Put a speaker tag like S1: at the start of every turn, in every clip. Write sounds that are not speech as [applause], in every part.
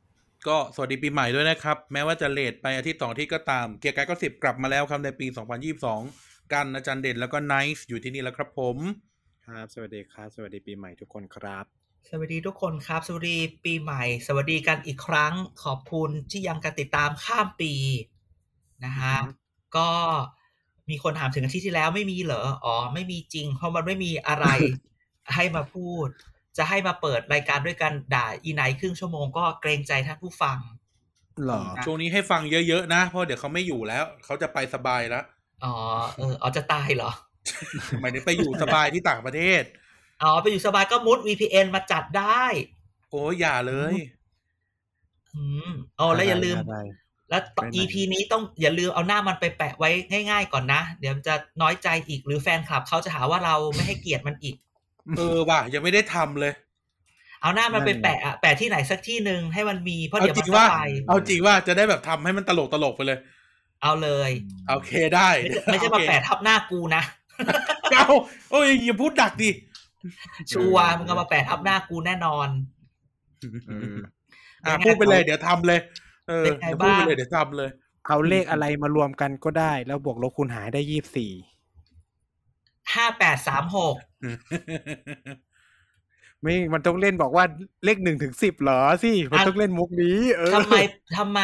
S1: ก็สวัสดีปีใหม่ด้วยนะครับ แม้ว่าจะเลทไปอาทิตย์สองอาที่ก็ตามเกียร์กายก็สิบกลับมาแล้วครับในปี 2022 กันอาจารย์เด่นแล้วก็ไนซ์อยู่ที่นี่แล้วครับผม
S2: ครับ สวัสดีครับ สวัสดีปีใหม่ทุกคนครับ
S3: สวัสดีทุกคนครับ สวัสดีปีใหม่ สวัสดีกันอีกครั้ง ขอบคุณที่ยังกันติดตามข้ามปีนะฮะ
S2: อือฮึ
S3: ก็มีคนถามถึงอาทิตย์ที่แล้วไม่มีเหรออ๋อไม่มีจริง เพราะมันไม่มีอะไร [laughs] ให้มาพูด จะให้มาเปิดรายการด้วยกันด่าอีไนท์ครึ่งชั่วโมงก็เกรงใจท่านผู้ฟัง
S2: หรอ
S3: ครับ
S1: ช่วงนี้ให้ฟังเยอะๆนะ เพราะเดี๋ยวเขาไม่อยู่แล้ว เขาจะไปสบายแล้ว
S3: อ๋อเออ
S2: [laughs]
S3: อ๋อจะตายเหรอ
S1: หมายถึงไปอยู่สบายที่ต่างประเทศ
S3: อ๋อไปอยู่สบายก็มุด VPN มาจัดได้
S1: โอ้ยอย่าเลย
S3: อืมอ๋อแล้วอย่าลืม แล้วต่อ
S2: ไปไหน
S3: EP นี้ต้องอย่าลืมเอาหน้ามันไปแปะไว้ง่ายๆก่อนนะ เดี๋ยวมันจะน้อยใจอีกหรือแฟนคลับเขาจะหาว่าเราไม่ให้เกียรติมันอีก
S1: เออว่ะยังไม่ได้ทำเลย
S3: เอาหน้ามันไป
S2: นั่นไง
S3: แปะอะแปะที่ไหนสักที่หนึ่งให้มันมีเพราะ
S1: เอา
S3: เดี๋ยว
S1: จ
S3: มั
S1: ริ
S3: น
S1: ง
S3: ก็
S1: ว่า
S3: ไป
S1: เอาจริงว่าจะได้แบบทำให้มันตลกตลกๆไปเลย
S3: เอาเลย
S1: โอเคได้
S3: ไม่ใช่ไม่ใช่มา
S1: โอเค
S3: แปะทับหน้ากูนะ
S1: เอาโอ้ยอย่าพูดดักดิ
S3: ชัวร์มึงเอามาแปะทับหน้ากูแน่นอน
S2: อืม
S1: อ่ะพูดไปเลยเดี๋ยวทำเลย เออ
S3: เป็นไง
S1: เดี๋ยวพูดไป
S3: บ้าง
S1: เลยเดี๋ยวทำเลย
S2: เอาเลขอะไรมารวมกันก็ได้ แล้วบวกลบคูณหารได้ยี่สิบสี่
S3: ห้าแปดสามหก
S2: ไม่ มันต้องเล่นบอกว่าเลขหนึ่งถึงสิบเหรอสิ มันต้องเล่นมุกนี้ เออ
S3: ทำไมทำไม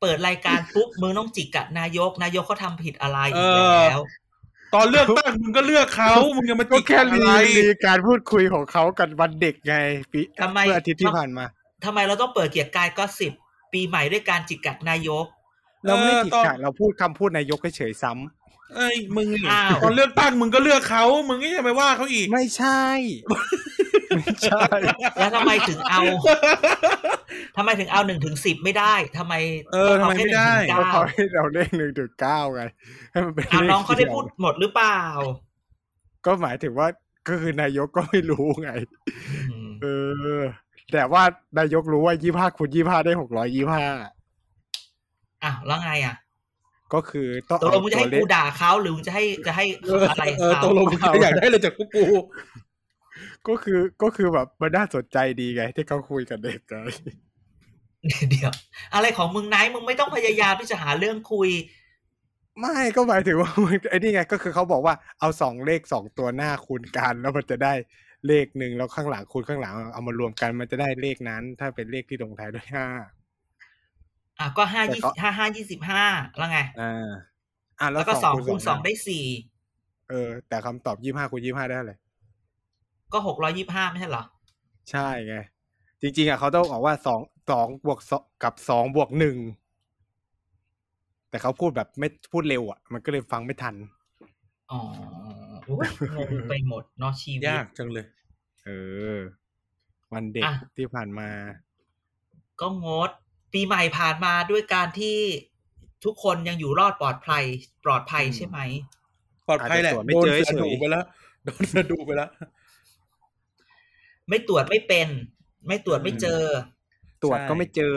S3: เปิดรายการปุ๊บมึงต้องจิกกับนายก นายกเขาทำผิดอะไรอีกแล้ว
S1: ตอนเลือกตั้งมึงก็เลือกเขา มึงจะมา
S2: ก็
S1: จิก
S2: แค่
S1: อะ
S2: รี
S1: ไร
S2: รีการพูดคุยของเขากันวันเด็กไงปี
S3: ทำไม
S2: เมื่ออาทิตย์ที่ผ่านมา
S3: ทำไมเราต้องเปิดเกียรติกายก็สิบปีใหม่ด้วยการจิกกัดนายก
S2: เราไม่ได้จิก
S1: เออตอน
S2: กัดเราพูดคำพูดนายกเฉยๆซ้ำ
S1: เอ้ยมึงนี่
S3: อ้าว
S1: ตอนเลือกตั้งมึงก็เลือกเขา มึงก็จะไปว่าเขาอีก
S2: ไม่ใช่ ไม่ใช่
S3: แล้วทำไมถึง
S1: [laughs]
S3: เอาทำไมถึงเอาหนึ่งถึงสิบไม่ได้ทำไม
S1: เออทำไมไม่ได้
S3: ต้
S2: เรา
S3: อง
S2: เขา
S3: เอาแค่1-9
S2: ให้เราเลขหนึ่งถึงเก้าไงให้มันเป็น
S3: อ่ะ
S2: ลข
S1: [laughs]
S3: น้องเขาได้
S2: ยว
S3: พูดหมดหรือเปล่า
S2: ก็หมายถึงว่าก็คือนายกก็ไม่รู้ไง
S3: อืม
S2: เออ แต่ว่านายกรู้ว่ายี่ห้าคูณยี่ห้าได้หกร้อยยี่ห้า
S3: อ้าวแล้วไงอ่ะ
S2: ก็คือต้อง
S3: ตกลงมึงจะให้
S2: เล
S3: กู
S2: ข
S3: ด่าเขาหรือมึงจะให้จะให้
S1: เออ
S3: อะไร
S1: เออ
S3: เขา
S1: ตกลงมึงจะอยากได้เลยจากพวกกู
S2: ก็คือก็คือแบบมันน่าสนใจดีไง ที่เขาคุยกับเด็กไง
S3: เดี๋ยว อะไรของมึงไนท์มึงไม่ต้องพยายามที่จะหาเรื่องคุย
S2: ไม่ก็หมายถึงว่ามันไอ้นี่ไงก็คือเขาบอกว่าเอาสองเลขสองตัวหน้าคูณกันแล้วมันจะได้เลขหนึ่งแล้วข้างหลังคูณข้างหลังเอามารวมกันมันจะได้เลขนั้น ถ้าเป็นเลขที่ลงท้ายด้วยห้า
S3: อ่ะก็ห้า
S2: แต่
S3: ยี่
S2: ก็
S3: ห้าห้ายี่สิบห้าแล้วไง
S2: อ่าอ่าแล้
S3: แล้ว วก็สองคูณสอง
S2: นะ
S3: ได้สี่
S2: เออ แต่คำตอบยี่ห้าคูณยี่ห้าได้เลย
S3: ก็หกร้อยยี่ห้าไม่ใช่เหรอ
S2: ใช่ไง จริง ๆอ่ะเขาต้องบอกว่าสองสองบวกสองกับสองบวกหนึ่งแต่เขาพูดแบบไม่พูดเร็วอ่ะ มันก็เลยฟังไม่ทัน
S3: อ๋อโอ้ยงงไปหมดเนาะชีวิต
S1: ยากจังเลย
S2: เออ วันเด็ก
S3: อ่ะ
S2: ที่ผ่านมา
S3: ก็งด ปีใหม่ผ่านมาด้วยการที่ทุกคนยังอยู่รอดปลอดภัย ปลอดภัยใช่ไหม
S1: ปลอดภัยแหละ โดนเสือดูไปแล้ว โดนเสือดูไปแล้ว
S3: ไม่ตรวจไม่เป็น ไม่ตรวจไม่เจอ
S2: ตรวจก็
S1: ใช่
S2: ไม่เจอ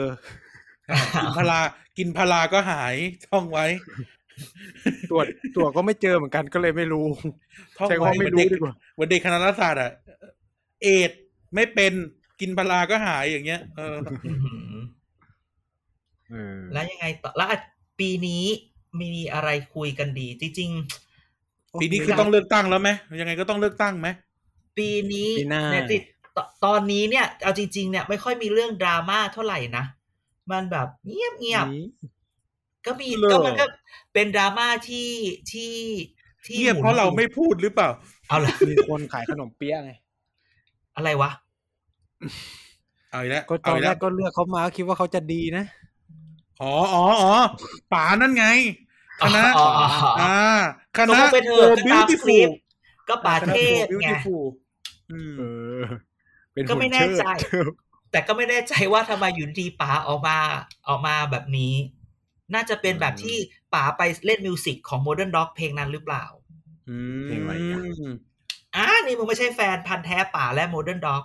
S1: กินพารากินพาราก็หายท่องไว้
S2: ตรวจตรวจก็ไม่เจอเหมือนกันก็เลยไม่รู้
S1: ท่อง
S2: ใช่
S1: ไว้
S2: ว่า
S1: เหมื
S2: ไม่
S1: อน
S2: รู้
S1: เด็ก
S2: ดีกว่า
S1: เหมือนเด็กคณะรัฐศาสตร์อะเอดส์ไม่เป็นกินพาราก็หายอย่างเงี้ย เอ [laughs] อ
S3: อื้อหือ
S2: เออ
S3: แล้วยังไงต่อแล้วอ่ะปีนี้มีอะไรคุยกันดี จริง
S1: ปีนี้คือต้องเลือกตั้งแล้วไหมยังไงก็ต้องเลือกตั้งไหม
S3: ๆ ปีนี้
S2: ปีหน้า
S3: เนี่ยติดตตอนนี้เนี่ย เอาจริง ๆ เนี่ยไม่ค่อยมีเรื่องดราม่าเท่าไหร่นะ มันแบบเงียบเงียบๆ ก็มี
S1: เหรอ
S3: ก็มันก็เป็นดราม่าที่ที่ที่
S1: เงียบ
S3: หมุน
S1: เพราะเรา
S3: อยู่
S1: ไม่พูดหรือเปล่า
S3: เอาละ
S2: มีคนขายขนมเปี๊ยะไง
S3: อะไรวะ
S1: เอาอีกแล้ว
S2: ก็ต
S1: เอา
S2: อน
S1: อีก
S2: แร
S1: แล้ว
S2: กก็เลือกเขามาก็คิดว่าเขาจะดีนะ
S1: อ๋ออ๋ออ๋อป๋านั่นไง คณะ
S3: อ๋ออ๋ออ๋อ
S1: อ่าค
S3: ก็
S1: ณะ
S3: ไม่เป็นเธอก็ตามคลิปก็ป่า
S1: คณะ
S3: เท
S1: โก
S3: ศ
S1: บิว
S3: ไง
S1: ตี้ฟูลอืม
S2: เออ เป็น
S3: ก็ไม่แน่ใจ
S2: หุ่นเชิด
S3: แต่ก็ไม่แน่ใจว่าทำไมอยู่ดีป๋าออกมาออกมาแบบนี้ น่าจะเป็นแบบที่ป๋าไปเล่นมิวสิกของ Modern Dog เพลงนั้นหรือเปล่า
S1: อืม
S2: เพลงอะไรอีกอะ
S3: อ่ะนี่มึงไม่ใช่แฟนพันธ์แท้ป๋าและ Modern Dog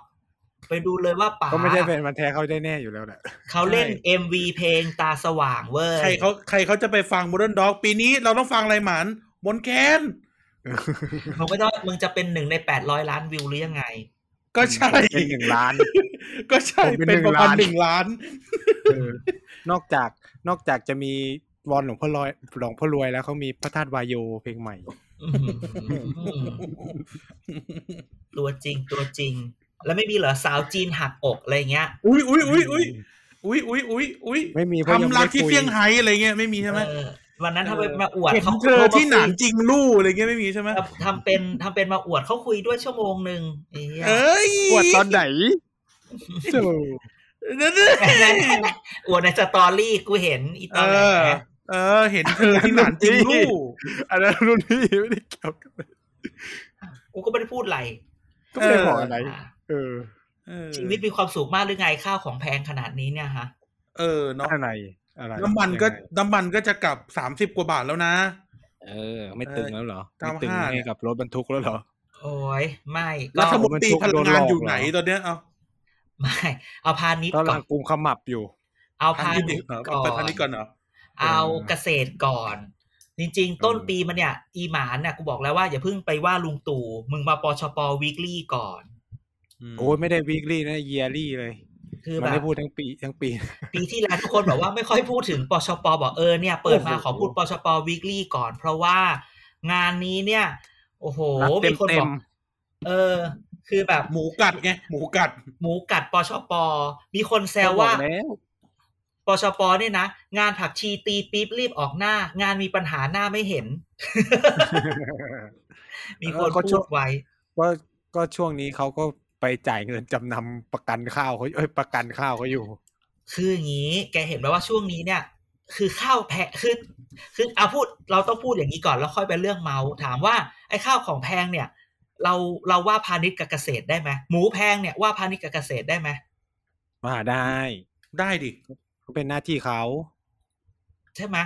S3: ไปดูเลยว่าป๋า
S2: ก็ไม่ได้เป็นมันธุ์แท้เขาได้แน่อยู่แล้วแหละ
S3: เขาเล่น MV เพลงตาสว่างเว้ย
S1: ใครเขาใครเขาจะไปฟัง Modern Dog ปีนี้เราต้องฟังอะไรหมันมนแคน
S3: มึงไม่ต้องมึงจะเป็นหนึ่งใน 800 ล้านวิวหรือยังไง
S1: ก็ใช่
S2: เป็นหนึ่งล้าน
S1: ก็ใช่
S2: ผมเป็
S1: เป็น
S2: น
S1: ประมาณห
S2: หนึ่
S1: นึ่ง
S2: ง
S1: ล้า
S2: ล้าน น เอ [laughs] อนอกจากนอกจากจะมีวอนหลวงพ่อรวยหลวงพ่อรวยแล้วเขามีพระธาตุวายโยเพลงใหม่
S3: อื้อหือตัวจริงตัวจริง แล้วไม่มีเหรอสาวจีนหักอกอะไรเงี้ย
S1: อุ้ยอุ้ยอุ้ยอุ้ยอุ้ยอุ้ยอุ้ยอุ้ย
S2: ไม่มีเพราะยัง
S1: ทำรักที่
S2: ไม่คุย
S1: เซี่ยงไฮ้อะไรเงี้ยไม่มีใช่ไหม
S3: เออวันนั้นทำไปมาอวด
S1: เห็น
S3: เขา
S1: เธอที่หนานจริงลู่อะไรเงี้ยไม่มีใช่ไหม
S3: ทำเป็นทำเป็นมาอวดเขาคุยด้วยชั่วโมงหนึ่งไอ้เหี้ย
S1: เอ้ย
S2: ปวดตอนไหนโซ่
S1: เด้อ
S3: [laughs] อวดในสตอรี่กูเห็นอีต
S1: เอ
S3: อนแห
S1: อ
S3: น
S1: เออ เห็นเธอที่หนานจริงลู่
S2: อันนั้นรุ่นพี่ไม่ได้เกี่ยวกับ
S3: กูก็ไม่ได้พูดอะไร
S2: ก็ไม่ได้บอกอะไร
S3: อ่ะ
S2: เออ
S1: เออ
S3: ชีวิตมีความสุขมากหรือไงข้าวของแพงขนาดนี้เนี่ยฮะ
S1: เออเนาะ
S2: อะไรอะไร
S1: น้ำมันก็
S2: ยังไง
S1: น้ำมันก็จะกลับสามสิบกว่าบาทแล้วนะ
S2: เออ ไม่ตึงแล้วเหรอ
S1: เก้า
S2: ไม่ตึง
S1: ห้า
S2: ให้กับรถบรรทุกแล้วเหรอ
S3: โอ้ยไม่ก็
S1: รัฐมนตรีพลังงานอยู่ไหนตอนเนี้ยเอา
S3: ไม่เอาพาณิ
S2: ต
S3: ชย์
S2: อนห
S3: ก่อ
S2: ลั
S3: น
S2: งกุมขมับอยู่
S3: เอา
S1: พัน
S3: พา
S1: ยี่สิ
S3: ณิช
S1: บ
S3: ย์
S1: เหรอ
S3: ก่
S1: เอาไปพันนี้ก่
S3: อ
S1: อน
S3: น
S1: เหรอ
S3: เอาเกษตรก่อน จริง ๆ ต้นปีมันเนี่ย อีหมานเนี่ยกูบอกแล้วว่าอย่าเพิ่งไปว่าลุงตู่มึงมาปชปวีคลี่ก่อน
S2: โอ้ยไม่ได้วีคลี่นะเยียรี่เลย
S3: คือ
S2: มั
S3: แบ
S2: น
S3: บ
S2: ได้พูดทั้งปีทั้งปี
S3: ปีที่แล้วทุกคนบอกว่าไม่ค่อยพูดถึงปชปบอกเออเนี่ยเปิดมา
S2: โอ้โห
S3: ขอพูดปชปวีคลี่ก่อน เพราะว่างานนี้เนี่ย โอ้โห
S2: รับเต็
S3: มี
S2: ม
S3: คน
S2: เต็
S3: บ
S2: ม
S3: อกเออ คือแบบ
S1: หมูกัดไงหมูกัด
S3: หมูกัดปชปมีคนแซ
S2: แต่
S3: วว่า
S2: แล้ว
S3: ปชปเนี่ยนะ งานผักชีตีปี๊บรีบออกหน้า งานมีปัญหาหน้าไม่เห็น มีคนพูดไว้
S2: ก็ก็ช่วงนี้เขาก็ไปจ่ายเงินจำนำประกันข้าวเขาเอ้ยประกันข้าวเขาอยู่
S3: คืออย่างนี้ แกเห็นไหมว่าช่วงนี้เนี่ย คือข้าวแพงคือคือเอาพูดเราต้องพูดอย่างนี้ก่อนแล้วค่อยไปเรื่องเมาส์ถามว่าไอ้ข้าวของแพงเนี่ย เราเราว่าพาณิชย์กับเกษตรได้ไหมหมูแพงเนี่ยว่าพาณิชย์กับเกษตรได้ไหม
S2: มาได้
S1: ได้ดิ
S2: ก็เป็นหน้าที่เขา
S3: ใช่ไหม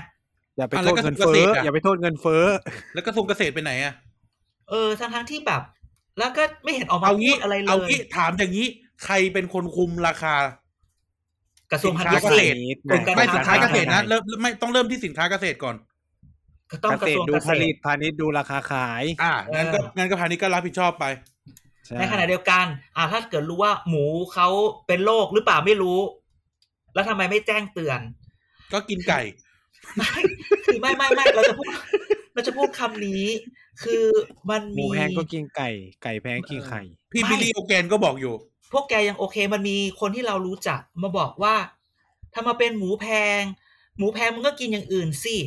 S2: อย่าไป
S1: อ่ะ
S2: โท
S1: แล้ว
S2: ษ
S1: ก็
S2: เงิน
S1: ก
S2: เฟ้
S1: ระติ
S2: อก
S1: อ่ะ
S2: อย่าไปโทษเงินเฟ้อ
S1: แล้วกระทรวงเกษตรไปไหนอ่ะ
S3: เออทั้งทั้งๆที่แบบ แล้วก็ไม่เห็นออกมา
S1: เอา
S3: พู
S1: งี้
S3: ดอะไรเล
S1: เอา
S3: ย
S1: งี้ถามอย่างนี้ ใครเป็นคนคุมราคา
S3: กระทรวงพาณิชย์
S1: สินค้าเกษตร
S3: สิ
S2: กรมการ
S1: ไม่สินค้าเกษตรนะ
S2: ใช่
S1: เริ่มไม่ต้องเริ่มที่สินค้าเกษตรก่อน
S3: ก็ต้อง
S2: เก
S3: กระ
S2: ษตร
S3: ทรวง
S2: ดู
S3: เก
S2: ผ
S3: ษตร
S2: ลิตพาณิชย์ดูราคาขาย
S1: อ่า
S3: เออ
S1: งั้นก็งั้นก็พาณิชย์ก็รับผิดชอบไป
S2: ช่
S3: ในขณะเดียวกันอ่าถ้าเกิดรู้ว่าหมูเขาเป็นโรคหรือเปล่าไม่รู้ แล้วทำไมไม่แจ้งเตือน
S1: ก็กินไก่
S3: ไม่คือไม่ไม่ไม่เราจะพูดเราจะพูดคำนี้ คือมัน
S2: หมู
S3: มี
S2: แพงก็กินไก่ ไก่แพงกินไข่
S1: พี่
S3: ไม่
S1: บิลลี่โอแกนก็บอกอยู่
S3: พวกแกยังโอเค มันมีคนที่เรารู้จักมาบอกว่าถ้ามาเป็นหมูแพง หมูแพงมึงก็กินอย่างอื่นสิ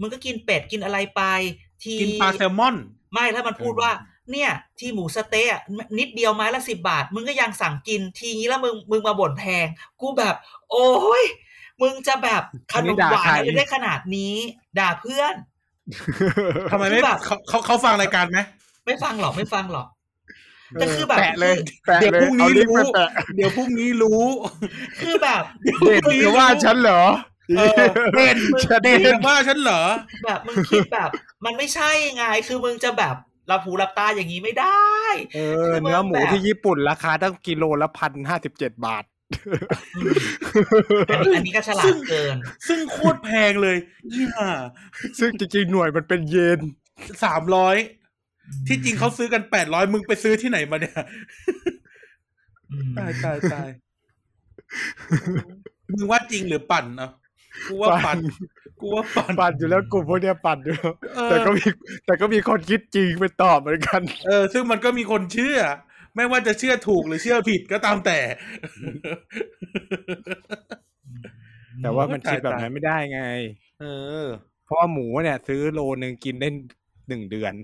S3: มึงก็กินเป็ดกินอะไรไป ที
S1: กินปลาแซลมอน
S3: ไม่ถ้ามันพูดว่า เนี่ย ที่หมูสะเต๊ะอะนิดเดียวไม้ละสิบบาท มึงก็ยังสั่งกินทีนี้แล้วมึงมึงมาบ่นแพง กูแบบ โอ้ยมึงจะแบบขน
S2: นี่
S3: ม
S2: ด่า
S3: หวาน
S2: ใคร
S3: อะไรได้ขนาดนี้ ด่าเพื่อน
S1: ทำไมไม่
S3: คือแบบ
S1: เขาเขาเขาฟังรายการไหม
S3: ไม่ฟังหรอกไม่ฟังหรอก แต่คือแบบ
S2: แปะเลยแปะ
S1: เดี๋ยว
S2: เลย
S1: พรุ่งนี้
S2: เอาลิฟต์
S1: รู้
S2: ไปแปะ
S1: เดี๋ยวพรุ่งนี้รู้
S3: คือแบบ
S2: [laughs] เด่นจะว่าฉันเหรอ
S1: เออ
S2: เด่นจะ
S1: เด่น
S2: เด่น
S1: จะว่าฉันเหรอ
S3: แบบมึงคิดแบบ มันไม่ใช่ไงคือมึงจะแบบรับหูรับตาอย่างนี้ไม่ได้
S2: เออเนื้อหมูที่ญี่ปุ่นราคาตั้งกิโลละพันห้าสิบเจ็ดบาท
S3: อันนี้อันนี้ก็ฉลาดเกิน
S1: ซึ่งโคตรแพงเลยอีห่า
S2: ซึ่งจริงๆหน่วยมันเป็นเยน
S1: สามร้อยที่จริงเขาซื้อกันแปดร้อยมึงไปซื้อที่ไหนมาเนี่ย
S3: อืม
S1: ตายตายตายมึงว่าจริงหรือปั่นเนาะกูว่าปั่น กูว่าปั่น
S2: ปั่นอยู่แล้วกลุ่มพวกเนี้ยปั่นอยู่แล้ว
S1: เออ
S2: แต่ก็มีแต่ก็มีคนคิดจริงไปตอบเหมือนกัน
S1: เออ ซึ่งมันก็มีคนเชื่อ ไม่ว่าจะเชื่อถูกหรือเชื่อผิดก็ตามแต่
S2: แต่ว่า
S1: โอ้ย
S2: มันคิด
S1: ตาย
S2: แบบนั้นไม่ได้ไง
S1: เออ
S2: เพราะว่าหมูเนี่ยซื้อโลหนึ่งกินได้หนึ่งเดือน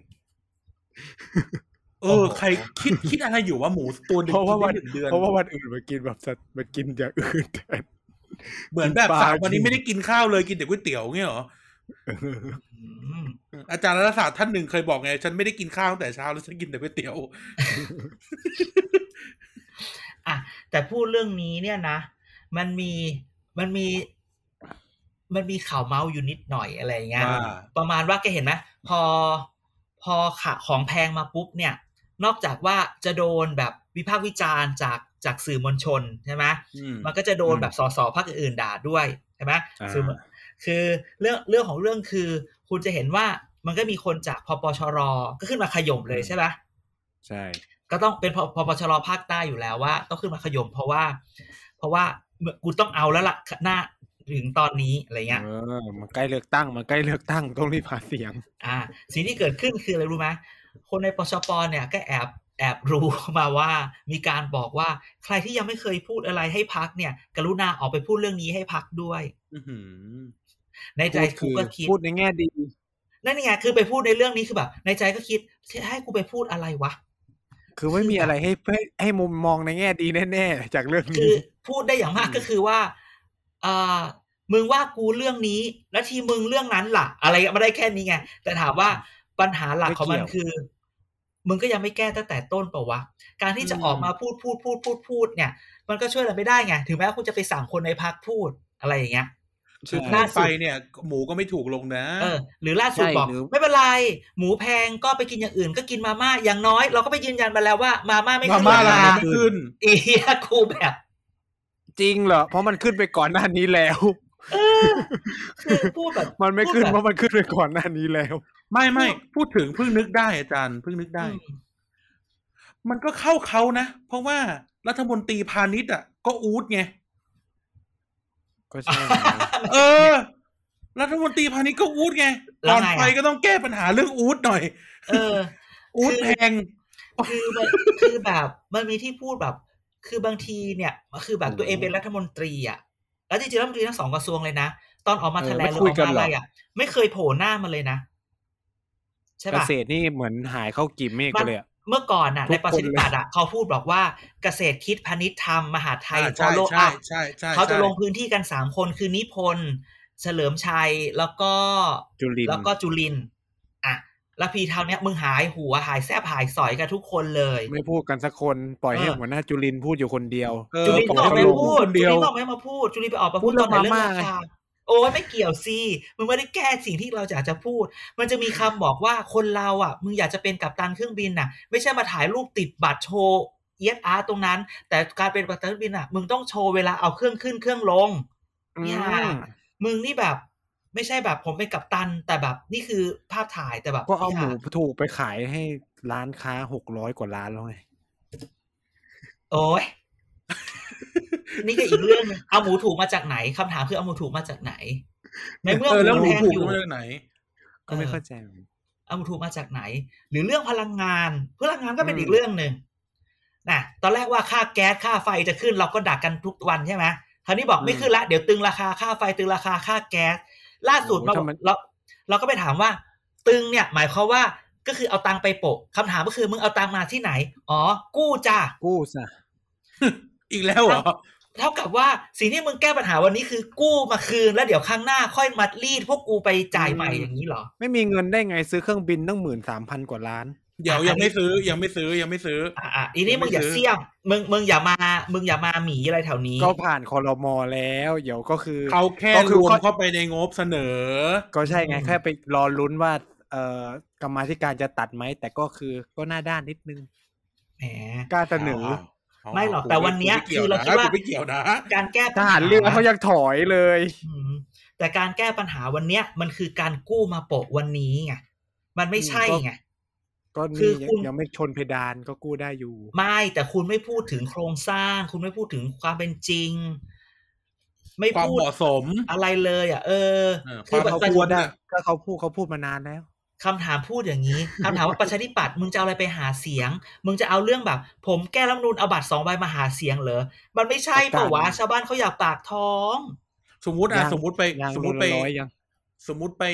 S1: เออ ใครคิดคิดอะไรอยู่ว่าหมูตัวหนึ่ง
S2: เพราะว่าวัน
S1: กินได้หงเดือน
S2: เพราะว่าวันอื่นมันกินแบบสัตว์มันกินอย่างอื่นแทน
S1: เหมือนแบบ
S2: ปลา
S1: สามวันนี้
S2: กิน
S1: ไม่ได้กินข้าวเลยกินแต่ก๋วยเตี๋ยวเงี้ยเหรอ
S3: อืม
S1: อาจารย์รัฐศาสตร์ท่านหนึ่งเคยบอกไง ฉันไม่ได้กินข้าวตั้งแต่เช้าแล้วฉันกินแต่ก๋วยเตี๋ยว
S3: อ่ะแต่พูดเรื่องนี้เนี่ยนะ มันมีมันมี มันมีข่าวเมาส์อยู่นิดหน่อยอะไรอย่างเงี้ย
S1: ว่า
S3: ประมาณว่าแกเห็นไหมพอพอขะของแพงมาปุ๊บเนี่ย นอกจากว่าจะโดนแบบวิพากษ์วิจารณ์จากจากสื่อมวลชนใช่ไหม
S1: อืม
S3: มันก็จะโดน
S2: อืม
S3: แบบสสพรรคอื่นๆด่าด้วยใช่ไหม
S2: อ่า
S3: สื่อมวลคือเรื่องเรื่องของเรื่องคือ คุณจะเห็นว่ามันก็มีคนจากพปชรก็ขึ้นมาขย่มเลยใช่ไหม
S2: ใช่
S3: ก็ต้องเป็นพพปชรภาคใต้อยู่แล้วว่า ต้องขึ้นมาขยมเพราะว่า เพราะว่าเมื่อกูต้องเอาแล้วล่ะหน้าถึงตอนนี้อะไรเงี้ย
S2: เออมันใกล้เลือกตั้งมันใกล้เลือกตั้งต้องรีบหาเสียง
S3: อ่า สิ่งที่เกิดขึ้นคืออะไรรู้ไหมคนในปชปเนี่ยก็แอบแอบรู้ มาว่ามีการบอกว่าใครที่ยังไม่เคยพูดอะไรให้พักเนี่ย กรุณาออกไปพูดเรื่องนี้ให้พักด้วย
S1: อื้อหือ
S3: ในใจ
S2: พู
S3: กู
S2: ด
S3: ก็
S2: คือ
S3: คิด
S2: พูดในแง่ดี
S3: นั่นไงคือไปพูดในเรื่องนี้คือแบบ ในใจก็คิดให้กูไปพูดอะไรวะ
S2: คือไม่มีอะไรให้ให้ให้มุมมองในแง่ดีแน่ๆ จากเรื่อง
S3: คื
S2: นี้
S3: อพูดได้อย่างมาก
S1: อืม
S3: ก็คือว่าเอ่อมึงว่ากูเรื่องนี้ แล้วทีมึงเรื่องนั้นล่ะ อะไรไม่ได้แค่นี้ไง แต่ถามว่าปัญหาหลัก
S2: ไม่
S3: ของมัน
S2: เกี่ยว
S3: คือ มึงก็ยังไม่แก้ตั้งแต่ต้นเปล่าวะ การที่จะออกมาพูดพูดพูดพูดพูดเนี่ย มันก็ช่วยอะไรไม่ได้ไง ถึงแม้ว่าคุณจะไปสั่งคนในพักพูดอะไรอย่างเงี้ย
S1: คือ
S3: ล่าสุ
S1: ไป
S3: ด
S1: เนี่ย หมูก็ไม่ถูกลงนะ
S3: เออ หรือล่าสุด
S2: ใช่
S3: บอก
S2: หรือ
S3: ไม่เป็นไร หมูแพงก็ไปกินอย่างอื่น ก็กินมาม่าอย่างน้อย เราก็ไปยืนยันมาแล้วว่ามาม่าไม่
S1: มา
S3: ขึ้น
S1: ม่า
S3: รา
S1: รา
S3: คา
S1: คาไม่ขึ้น
S3: อีเหี้ยกูแบบ
S2: จริงเหรอ เพราะมันขึ้นไปก่อนหน้านี้แล้ว
S3: เออคือพูดแบบ
S2: มันไม่ขึ้น
S3: พูดแบบ
S2: เพราะมันขึ้นไปก่อนหน้านี้แล้ว
S1: ไม่ไม่พูดถึงเพิ่งนึกได้อาจารย์เพิ่งนึกได้
S3: อืม
S1: มันก็เข้าเขานะ เพราะว่ารัฐมนตรีพาณิชย์อ่ะ ก็อู
S3: [laughs]
S1: ดไง
S2: ก็ใช่ไง
S1: เออ รัฐมนตรีพาณิชย์ก็อูดไง
S3: แล้
S1: ก่
S3: ว
S1: อน
S3: ไงอะ
S1: ไปก็ต้องแก้ปัญหาเรื่องอูดหน่อย
S3: เออ
S1: อูดแพง
S3: คือมันคือแบบมันมีที่พูดแบบ คือบางทีเนี่ยคือแบบตัวเองเป็นรัฐมนตรีอ่ะแล้วจริงๆรัฐมนตรีทั้งสองกระทรวงเลยนะ ตอนออกมาแถลงหรือออกมาอะไรอ่ะ ไม่เคยโผล่หน้ามาเลยนะ ใช่
S2: เก
S3: ปะ
S2: ษตรนี่เหมือนหายเข้ากิมเมฆไปเลยอะ
S3: เมื่อก่อนน่ะ
S2: ทุ
S3: ใน
S2: กคน
S3: ประชาธิปัตย์อ่ะเขาพูดบอกว่าเกษตรคิดพาณิชย์ทำมหาดไทย
S1: อ่าใช่
S3: follow
S1: ใช่
S3: up
S1: ใช่ใช่
S3: เขาจะ
S1: ใช่
S3: ลงพื้นที่กันสามคนคือนิพนธ์เฉลิมชัยแล้วก็
S2: จุลินท
S3: แล้ว
S2: ร์
S3: ก็จุลินทร์อ่ะแล้วพีเท่าเนี้ยมึงหายหัวหายแซบหายสอยกันทุกคนเลย
S2: ไม่พูดกันสักคนปล่อยให้
S3: เออ
S2: หัวหน้าจุลินทร์พูดอยู่คนเดียว
S1: เออ
S3: จุลิน
S1: ป
S3: ก็
S1: ล่
S3: อ
S1: อย
S3: อก
S1: ให้
S3: ไป
S1: เขาลง
S3: พูด
S1: คน
S3: จุ
S1: เดี
S3: ลิ
S1: ย
S3: น
S1: ว
S3: ก็ออกไปมาพูดจุลินไปออกมา
S2: พู
S3: พูด
S2: ด
S3: ต
S2: เรื่อน ง
S3: อไหนเรื่อง
S2: มาม่า
S3: ราคาโอ้ยไม่เกี่ยวสิมึงไม่ได้แก้สิ่งที่เราอยากจะพูด มันจะมีคำบอกว่าคนเราอ่ะ มึงอยากจะเป็นกัปตันเครื่องบินน่ะ ไม่ใช่มาถ่ายรูปติดบัตรโชว์เอสอาร์ตรงนั้น แต่การเป็นกัปตันเครื่องบินอ่ะ มึงต้องโชว์เวลาเอาเครื่องขึ้นเครื่องลง
S2: อื
S3: เนี่ย
S2: ม
S3: มึงนี่แบบ ไม่ใช่แบบผมเป็นกัปตัน แต่แบบนี่คือภาพถ่ายแต่แบบ
S2: ก็เอาหมู
S3: นี่ย
S2: ถูกไปขายให้ร้านค้าหกร้อยกว่าร้านแล้วไง
S3: โอ้ยนี่ก็อีกเรื่องหนึ่งเอาหมูถูกมาจากไหนคำถามคือเอาหมูถูกมาจากไหน ในเมื่อ
S1: เออ แล้วหมู
S3: ง
S1: ถูก
S3: อยู่
S1: มาจากไหน
S2: ก็ไม่เข้าใจเหมือนกัน
S3: เอาถูกมาจากไหน หรือเรื่องพลังงาน พลังงานก็เป็น
S2: อืม
S3: อีกเรื่องหนึ่งนะตอนแรกว่าค่าแก๊สค่าไฟจะขึ้นเราก็ดักกันทุกวันใช่ไหมคราวนี้บอกไม่ขึ้นละเดี๋ยวตึงราคาค่าไฟตึงราคาค่าแก๊สล่าสุด
S2: โอ้
S3: มา
S2: โหทำไม
S3: เราเราก็ไปถามว่า ตึงเนี่ยหมายความว่าก็คือเอาตังค์ไปโปะคำถามก็คือมึงเอาตังค์มาที่ไหน อ๋อ กู้จ้า
S2: กู้ซะ
S1: อีกแล้วเหรอ
S3: เท่ากับว่าสิ่งที่มึงแก้ปัญหาวันนี้คือ กู้มาคืนแล้วเดี๋ยวครั้งหน้าค่อยมารีดพวกกูไปจ่ายใหม่อย่างนี้เหรอ
S2: ไม่มีเงินได้ไงซื้อเครื่องบินตั้งหมื่นสามพันกว่าล้าน
S1: เดี๋ยวยังไม่ซื้อยังไม่ซื้อยังไม่ซื้อ
S3: อ่ะอ่ะอีนี่
S1: ยังไม่
S3: มึงอย่า
S1: ซื้อ
S3: เสี่ยง มึงมึงอย่ามา มึงอย่ามาหมีอะไรแถวนี้
S2: ก็ผ่านคอรมอแล้ว เดี๋ยวก็คือ
S1: เขาแค่
S2: ก็คื
S1: ร
S2: อ
S1: วม
S2: ข้อ
S1: เข้าไปในงบเสนอ
S2: ก็ใช่ไง
S3: อืม
S2: แค่ไปรอลุ้นว่า เอ่อกรรมาธิการจะตัดไหม แต่ก็คือก็หน้าด้านนิดนึง
S3: แหม
S2: กล้ารเสนอ
S3: ไม่หรอกแต่วันเนี้ยคือเราคิดว่า
S1: ไม่เกี่ยวนะ
S3: การแก้
S2: ท
S3: ปัญหา
S2: หารเรือเขายังถอยเลย
S3: อืมแต่การแก้ปัญหาวันเนี้ย มันคือการกู้มาโปะวันนี้ไงมันไม่ใช่ไง
S2: ก็
S3: คื
S2: นี่
S3: อ
S2: ยัง
S3: คุณ
S2: ยังไม่ชนเพดานก็กู้ได้อยู่
S3: ไม่แต่คุณไม่พูดถึงโครงสร้าง คุณไม่พูดถึงความเป็นจริง ไม่
S1: ความ
S3: พู
S1: เห
S3: ด
S1: มาะสม
S3: อะไรเลยอ่ะ เออ
S1: เออ
S3: คือ
S2: ควม
S3: ประ
S2: เขาพูด
S3: ชา
S2: ได้ก็เขาพูดเขาพูดมานานแล้ว
S3: คำถามพูดอย่างนี้ คำถามว่าประชาธิปัตย์มึงจะเอาอะไรไปหาเสียง มึงจะเอาเรื่องแบบ ผมแก้รัฐธรรมนูนเอาบัตรสองใบมาหาเสียงเหรอมันไม่ใช่เปล่าวะชาวบ้านเขาอยากปากท้อง
S1: สมมติอ่ะ
S2: ยัง
S1: สมมติไป
S2: ยัง
S1: สมมติไป
S2: โดนละร้อยยัง
S1: สมมติไป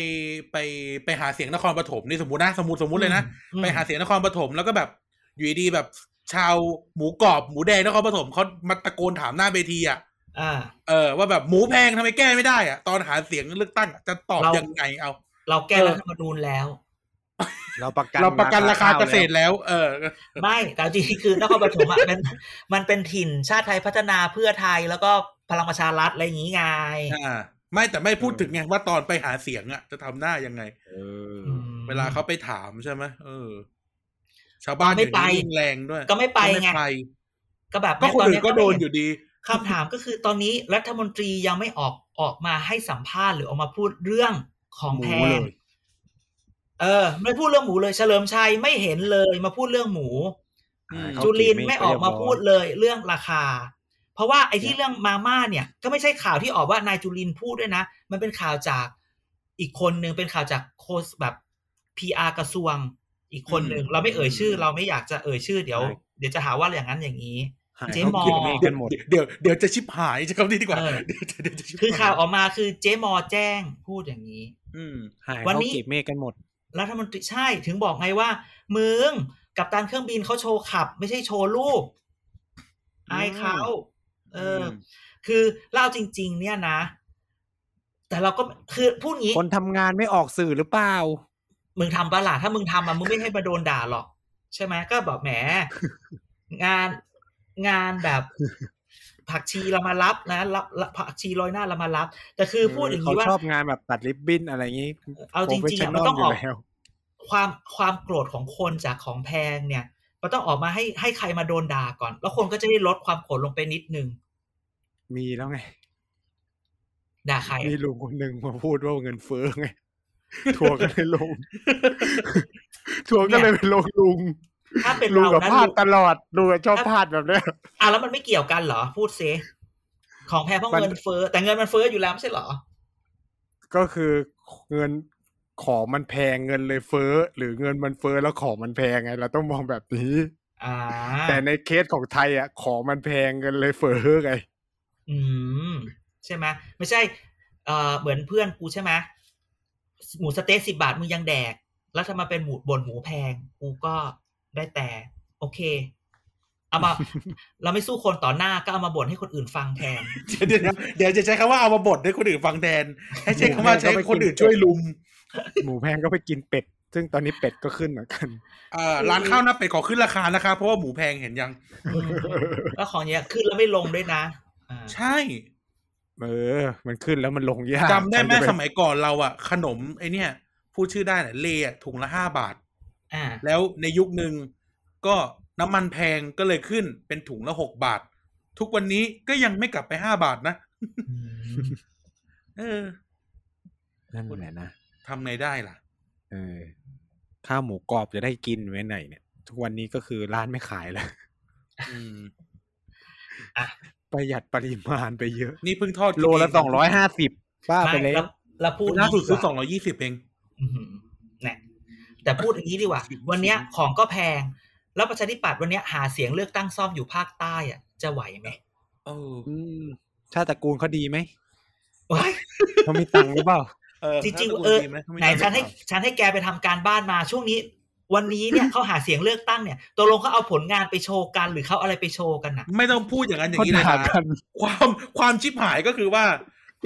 S1: ไปไปหาเสียงนครปฐมนี่สมมตินะสมมติสมมติเลยนะ
S3: อืม
S1: ไปหาเสียงนครปฐมแล้วก็แบบอยู่ดีๆแบบชาวหมูกรอบหมูแดงนครปฐมเขามาตะโกนถามหน้าเวทีอ่ะ
S3: อ่า
S1: เออว่าแบบหมูแพงทำไมแก้ไม่ได้อ่ะตอนหาเสียงเลือกตั้งอะจะตอบ
S3: เรายั
S1: ยังไงเอา
S3: เราแก้
S1: เออ
S3: รัฐธรรมนูญแล้ว
S2: เราประกัน
S1: เราประกันราคาเกษตร
S2: ข้วแล
S1: แล้ว เออ
S3: ไม่แต่จริงๆคือนครปฐมอ่ะ มันมันเป็นถิ่นชาติไทยพัฒนาเพื่อไทยแล้วก็พลังประชารัฐอะไรอย่างนี้ไง
S1: อ่า ไม่แต่ไม่พูดถึงไงว่าตอนไปหาเสียงอ่ะ จะทำหน้ายังไง
S2: เออ
S3: อืม
S1: เวลาเขาไปถามใช่ไหมเออ ชาวบ้านอ
S3: ไม่
S1: ยู่
S3: ไป
S1: นี่ยิ่งแรงด้วย
S3: ก็ไม่ไป
S1: ม่
S3: ไง
S1: ไป
S3: ก็แบบ
S1: ก็คนอื่น
S3: เย
S1: ก็
S3: ไม่
S1: โด
S3: เห็
S1: นอยู่ดี
S3: คำถามก็คือตอนนี้รัฐมนตรียังไม่ออกออกมาให้สัมภาษณ์หรือออกมาพูดเรื่องของแพ
S2: หมูเล
S3: ง
S2: ย
S3: เออ ไม่พูดเรื่องหมูเลย เฉลิมชัยไม่เห็นเลยมาพูดเรื่องหมู
S1: อืม
S2: เขา
S3: จุลิน
S2: เบ
S3: ไม่ออกมาพูด
S2: เขเรียบร้ย
S3: เลยเรื่องราคา เพราะว่าไอ้ที่
S2: เนี่ย
S3: เรื่องมาม่าเนี่ย ก็ไม่ใช่ข่าวที่ออกว่านายจุลินพูดด้วยนะ มันเป็นข่าวจากอีกคนหนึ่งเป็นข่าวจากโคสแบบพีอากระทรวง อีกคนหนึ่งเราไม่เอ่ยชื่อ เราไม่อยากจะเอ่ยชื่อเดี๋ยว เดี๋ยวจะหาว่าอย่างนั้นอย่างนี้
S2: หาย
S3: เจ๊
S2: เขา
S3: มอ
S2: เกี่ยวเมฆกันหมด
S1: เดี๋ยวเดี๋ยวจะชิบหายจะคำนี้ดีกว่า
S3: เออ
S1: เดี๋ยวจะเดี๋ยวจะชิบหย
S3: คือข่าวออกมาคือเจ๊มอแจ้งพูดอย่างนี้
S1: อืม
S2: หาย
S3: วัน
S2: เขา
S3: นี้
S2: เกี่ยวเมฆกันหมด
S3: รัฐมนตรีใช่ถึงบอกไงว่า มึงกับตันเครื่องบินเขาโชว์ขับ ไม่ใช่โชว์รูป
S1: อืม
S3: อายเขาเอออ
S1: ม
S3: คือเล่าจริง ๆ เนี่ยนะ แต่เราก็คือพูดงี้
S2: คนทำงานไม่ออกสื่อหรือเปล่า
S3: มึงทำปะล่ะถ้ามึงทำอ่ะมึงไม่ให้มาโดนด่าหรอก ใช่ไหมก็แบบแหม งานงานแบบ ผักชีเรามารับนะรับรับผักชีลอยหน้าเรามารับ แต่คือพูดอย่าง
S2: เขา
S3: นี้ว่า
S2: ชอบงานแบบตัดริบบิ้นอะไรอย่างนี้
S3: เอาจริงๆอะมันต้องออก
S2: โปเฟสชั่ลยู่แล้ว
S3: ความความโกรธของคนจากของแพงเนี่ย มันต้องออกมาให้ให้ใครมาโดนด่าก่อน แล้วคนก็จะได้ลดความโกรธลงไปนิดนึง
S2: มีแล้วไง
S3: ด่าใคร
S2: มีลุงคนหนึ่งมาพูดว่าเงินเฟ้อไง ทัวร์ก็เลยลง ทัวร์ก็เลยไปลงลุง
S3: ถ้าเป็น
S2: ลุง
S3: เรา
S2: กับ
S3: นะ
S2: พลาด
S3: ลุง
S2: ตลอด ลุงกับชอบพลาดแบบเนี้ย
S3: อ่ะแล้วมันไม่เกี่ยวกันเหรอ พูดเซของแพงเพราะ
S2: มัน
S3: เงินเฟ้อแต่เงินมันเฟ้ออยู่แล้วไม่ใช่เหรอ
S2: ก็คือเงินของมันแพงเงินเลยเฟ้อ หรือเงินมันเฟ้อแล้วของมันแพงไง เราต้องมองแบบนี้
S3: อ่า
S2: แต่ในเคสของไทยอ่ะ ของมันแพงเงินเลยเฟ้อไง
S3: อืม ใช่ไหมไม่ใช่ เอ่อเหมือนเพื่อนกูใช่ไหมหมูสะเต๊กสิบาทมึงยังแดก แล้วทำไมาเป็นหมูบนหมูแพง กูก็ได้แต่ โอเคเอามา [laughs] เราไม่สู้คนต่อหน้าก็เอามาบ่นให้คนอื่นฟังแทน
S1: เดี๋ยวเดี๋ยวเดี๋ยวจะใช้คำว่าเอามาบดให้คนอื่นฟังแทนให้ใช้คำว่าใช้คนอื่นช่วยลุม
S2: หมูแพงก็ไปกินเป็ด ซึ่งตอนนี้เป็ดก็ขึ้นเหมือนกัน
S1: เอ่อร้านข้าวหน้าเป็ดขอขึ้นราคานะคะ เพราะว่าหมูแพงเห็นยัง
S3: แล้วของเนี้ยขึ้นแล้วไม่ลงด้วยนะอ่า
S1: ใช่
S2: เออ มันขึ้นแล้วมันลงยาก
S1: จำได้ไหม
S2: ใครจะป
S1: สมัยก่อนเราอะขนมไอเนี่ยพูดชื่อได้เนี่ยเลอะถุงละห้าบาท
S3: อ่า
S1: แล้วในยุคหนึ่งก็น้ำมันแพงก็เลยขึ้นเป็นถุงละหกบาท ทุกวันนี้ก็ยังไม่กลับไปห้าบาทนะเออ
S2: นั่นแหละนะ
S1: ทำไงได้ล่ะ
S2: เออ ข้าวหมูกรอบจะได้กินไว้ไหนเนี่ย ทุกวันนี้ก็คือร้านไม่ขายแล้ว [laughs]
S1: อืม
S2: ประหยัดปริมาณไปเย
S1: [laughs]
S2: อะ
S1: นี่เพิ่งทอดกิน
S2: โลละ
S1: เ
S2: สองร้อยห้าสิบบ้าไป
S3: ไม่
S2: เลย
S3: แล้วแล้วพูด
S1: ล่าสุดซื้อ
S3: ว่า
S1: สองร้อยี่สิบเอง
S3: อื้อหือนะแต่พูดอย่างนี้ดีกว่า วันเนี้ยของก็แพง แล้วประชาธิปัตย์วันเนี้ยหาเสียงเลือกตั้งซ่อมอยู่ภาคใต้อ่ะ จะไหวไหม
S1: เออ
S2: อืมชาติตระกูลเขาดีไหม
S3: ว้าย
S2: เขามีตังค์หรือเปล่า
S3: จริงๆเออ ไหนฉันให้ฉันให้แกไปทำการบ้านมาช่วงนี้ วันนี้เนี่ย เขาหาเสียงเลือกตั้งเนี่ยตกลงเขาเอาผลงานไปโชว์กัน หรือเขาอะไรไปโชว์กันน่ะ
S1: ไม่ต้องพูดอย่างนั้นอย่าง
S2: เขา
S1: นี้เลย
S2: ด่า
S1: นะ
S2: กัน
S1: ความความชิบหายก็คือว่า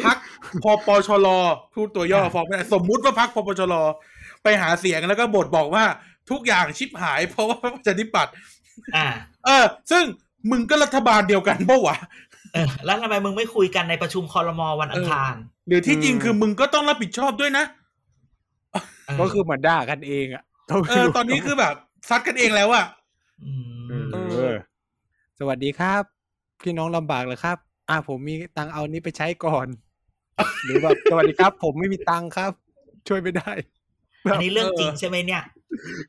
S1: พักพปชรพูดตัวย่อ
S3: อ่า
S1: ฟอร์มไม่ได้สมมุติว่าพักพปชรไปหาเสียงแล้วก็บทบอกว่าทุกอย่างชิบหาย เพราะว่าประชาธิปัตย์
S3: อ่า
S1: เออ ซึ่งมึงก็รัฐบาลเดียวกันปะวะ
S3: เออ แล้วทำไมมึงไม่คุยกันในประชุมคอรมอวันอังคาร
S1: หรือที่จริง
S2: อืม
S1: คือมึงก็ต้องรับผิดชอบด้วยนะ
S3: เออ
S2: ก็คือเหมือนด่ากันเองอ่ะเขาไม่
S1: เออ
S2: รู้
S1: ตอนนี้คือแบบซัดกันเองแล้วอะ
S3: ม
S2: เออ สวัสดีครับ พี่น้องลำบากเหรอครับ อ่าผมมีตังค์เอานี้ไปใช้ก่อน หรือแบบ [laughs] สวัสดีครับ ผมไม่มีตังค์ครับ ช่วยไม่ได้
S3: อันนี้เรื่องจริงใช่ไหมเนี่ย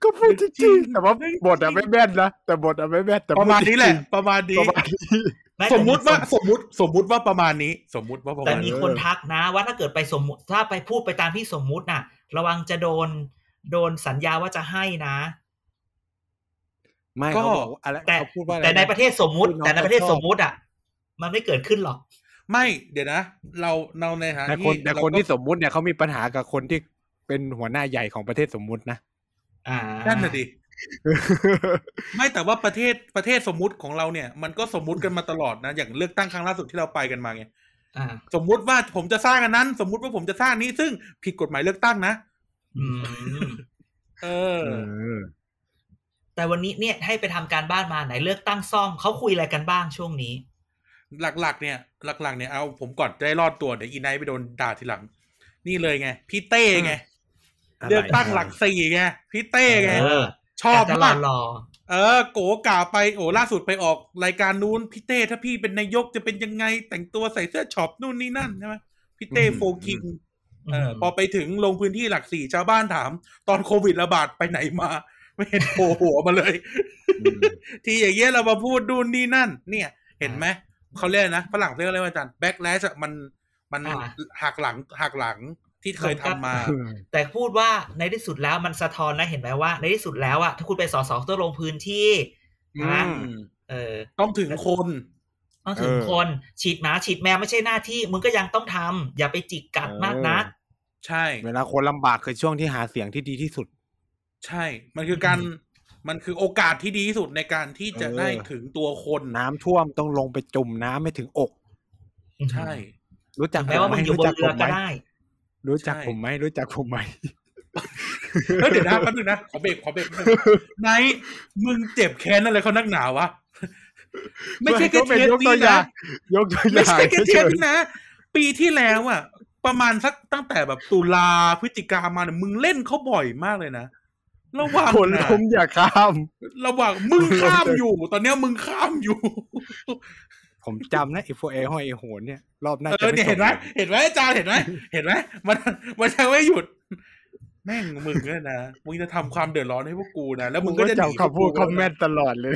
S2: ก็พูดจริงๆแต่ว่าบทอะไม่แม่นนะแต่บทอะไม่แม่นแต่
S1: ประมาณนี้แหละ ประมาณ
S2: พูดจ
S1: นี้
S2: ริงๆประมาณนี้
S3: ไม่
S1: ส
S3: แต่
S1: มมุติว่าสมมุติสมมุติว่าประมาณนี้ สมมุติว่าประ
S3: แต่
S1: มาณ
S3: มี
S1: นี้
S3: คนทักนะ ว่าถ้าเกิดไปสมมุติถ้าไปพูดไปตามที่สมมุติน่ะ ระวังจะโดนโดนสัญญาว่าจะให้นะ
S2: ไม่เขาบอกว่าอะไร
S3: แต่
S2: เขาพูดว่าอะไร
S3: แต่ในประเทศสมมุติ
S2: พูดน้อย
S3: แต่ในประเทศ
S2: ชอบ
S3: สมมุติอ่ะ มันไม่เกิดขึ้นหรอก
S1: ไม่เดี๋ยวนะ เราเราในฐานะ
S2: แต่
S1: ที่
S2: คนแต่
S1: เรา
S2: คน
S1: ก็
S2: ที่สมมุติเนี่ยเขามีปัญหากับคนที่เป็นหัวหน้าใหญ่ของประเทศสมมุตินะ
S3: อ่า
S1: นั่นน่ะดิ ไม่แต่ว่าประเทศประเทศสมมุติของเราเนี่ย มันก็สมมุติกันมาตลอดนะ อย่างเลือกตั้งครั้งล่าสุดที่เราไปกันมาไง
S3: อ่า
S1: สมมุติว่าผมจะสร้างอันนั้น สมมุติว่าผมจะสร้างนี้ซึ่งผิดกฎหมายเลือกตั้งนะ
S3: อืม
S1: เออ
S3: แต่วันนี้เนี่ยให้ไปทำการบ้านมาไหนเลือกตั้งซ่อมเขาคุยอะไรกันบ้างช่วงนี้
S1: หลักๆ เนี่ยหลักๆเนี่ยเอาผมก่อนจะได้รอดตัวเดี๋ยวอีไนท์ไปโดนด่าทีหลัง นี่เลยไง พี่เต้ไง
S2: ะไร
S1: เลือกตั้งหลักสี่ไงพี่เต้ไง
S3: เออ
S1: ชอบ
S3: จะร
S1: มา
S3: อก รอ
S1: เออโกกล่าวไปโอ้ล่าสุดไปออกรายการนู้นพี่เต้ถ้าพี่เป็นนายกจะเป็นยังไง แต่งตัวใส่เสื้อช็อปนู่นนี่นั่นใช่ไหมพี่เต้
S4: อืม
S1: โฟกิง
S3: เอ
S1: เอ
S3: อ
S1: อพอไปถึงลงพื้นที่หลักสี่ชาวบ้านถาม ตอนโควิดระบาดไปไหนมา ไม่เห็นโผล่หัวมาเลย [laughs]
S4: อืม
S1: ทีอย่างเงี้ยเรามาพูดนู่นนี่นั่น เนี่ย เห็นไหมเขาเรียกนะฝรั่งเรียกอะไรว่าอาจารย์แบ็กแลชมันมันหักหลังหักหลังที่เคยทำมา
S3: แต่พูดว่าในที่สุดแล้วมันสะท้อนนะเห็นไหมว่า ในที่สุดแล้วอ่ะถ้าคุณไปนสอสอต้องลงพื้นที่
S2: อื
S3: นะ
S2: ม
S3: เออ
S1: ต้องถึงคน
S3: ต้องถึง
S2: เออ
S3: คนฉีดหมาฉีดแมวไม่ใช่หน้าที่มึงก็ยังต้องทำอย่าไปจิกกัดมากนัก
S1: ใช่
S2: เวลาคนลำบากคือช่วงที่หาเสียงที่ดีที่สุด
S1: ใช่ มันคือการ มันคือโอกาสที่ดีที่สุดในการที่จะ
S2: เออ
S1: ได้ถึงตัวคนนะ
S2: น้ำท่วมต้องลงไปจุ่มน้ำไม่ถึงอก
S1: ใช่
S2: รู้จักผ
S3: แม้ว่ามึงอยู่บ
S2: รู้
S3: น
S2: จัผมไหม
S3: เรือก็ได้
S2: รู้จัก
S1: ใช่
S2: ผมไหมรู้จักผมไหม
S1: แล้วเดี๋ยวนะแป๊บนึงนะ ขอเบรกขอเบรกไนท์มึงเจ็บแค้นอะไรเขานักห
S2: [laughs]
S1: นาวะ ไม่ใช่แค่เทส
S2: ยกตัว
S1: นี้
S2: อ
S1: นะ
S2: ย่างยกตัวอ
S1: ไม่
S2: ย่าง
S1: ใช่แค่เทส
S2: ฉย
S1: นี้นะ ปีที่แล้วอะประมาณสักตั้งแต่แบบตุลาพฤศจิกามาเนี่ยมึงเล่นเขาบ่อยมากเลยนะระหว่าง
S2: คน
S1: นะ
S2: ล้มอย่าข้าม
S1: ระหว่างมึงข้ามอยู่ ตอนเนี้ยมึงข้ามอยู่
S2: ผมจำนะไอโฟเอห้อยไอโหนเนี่ย รอบหน้า
S1: เออ
S2: จะไม่
S1: เนี่ยเห็นไหม
S2: ส่ง
S1: เห็นไหมอาจารย์เห็นไหมเห็นไหมมันมันจะไม่หยุด แม่งมึงเนี่ยนะมึงจะทำความเดือดร้อนให้พวกกูนะแล้วมึงก็จะห
S2: จำ
S1: นี
S2: คำพูดคอมเมนต์ตลอดเลย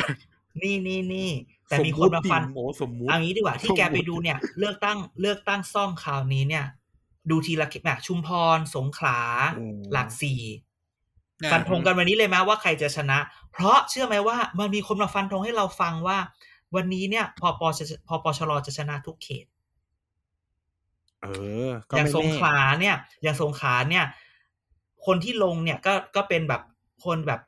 S3: นี่นี่นี่แต่
S1: สม
S3: มีค
S1: มุติ
S3: นมา
S1: ดิ
S3: ฟัน
S1: โอ้สมมุติ
S3: เอางี้ดีกว่าที่
S2: สมมุติ
S3: แกไปดูเนี่ย เลือกตั้งเลือกตั้งซ่อมคราวนี้เนี่ย ดูทีละแมบชุมพร สงขลา หลักสี่ฟันธงกันวันนี้เลยไหมว่าใครจะชนะ เพราะเชื่อไหมว่ามันมีคนมาฟันธงให้เราฟังว่า วันนี้เนี่ยพอปชพอปชรจะชนะทุกเขต
S2: เออ ก็
S3: อย่าง
S2: ไม่
S3: สง
S2: แน่
S3: ขลาเนี่ย อย่างสงขลาเนี่ย คนที่ลงเนี่ยก็ก็เป็นแบบคนแบบ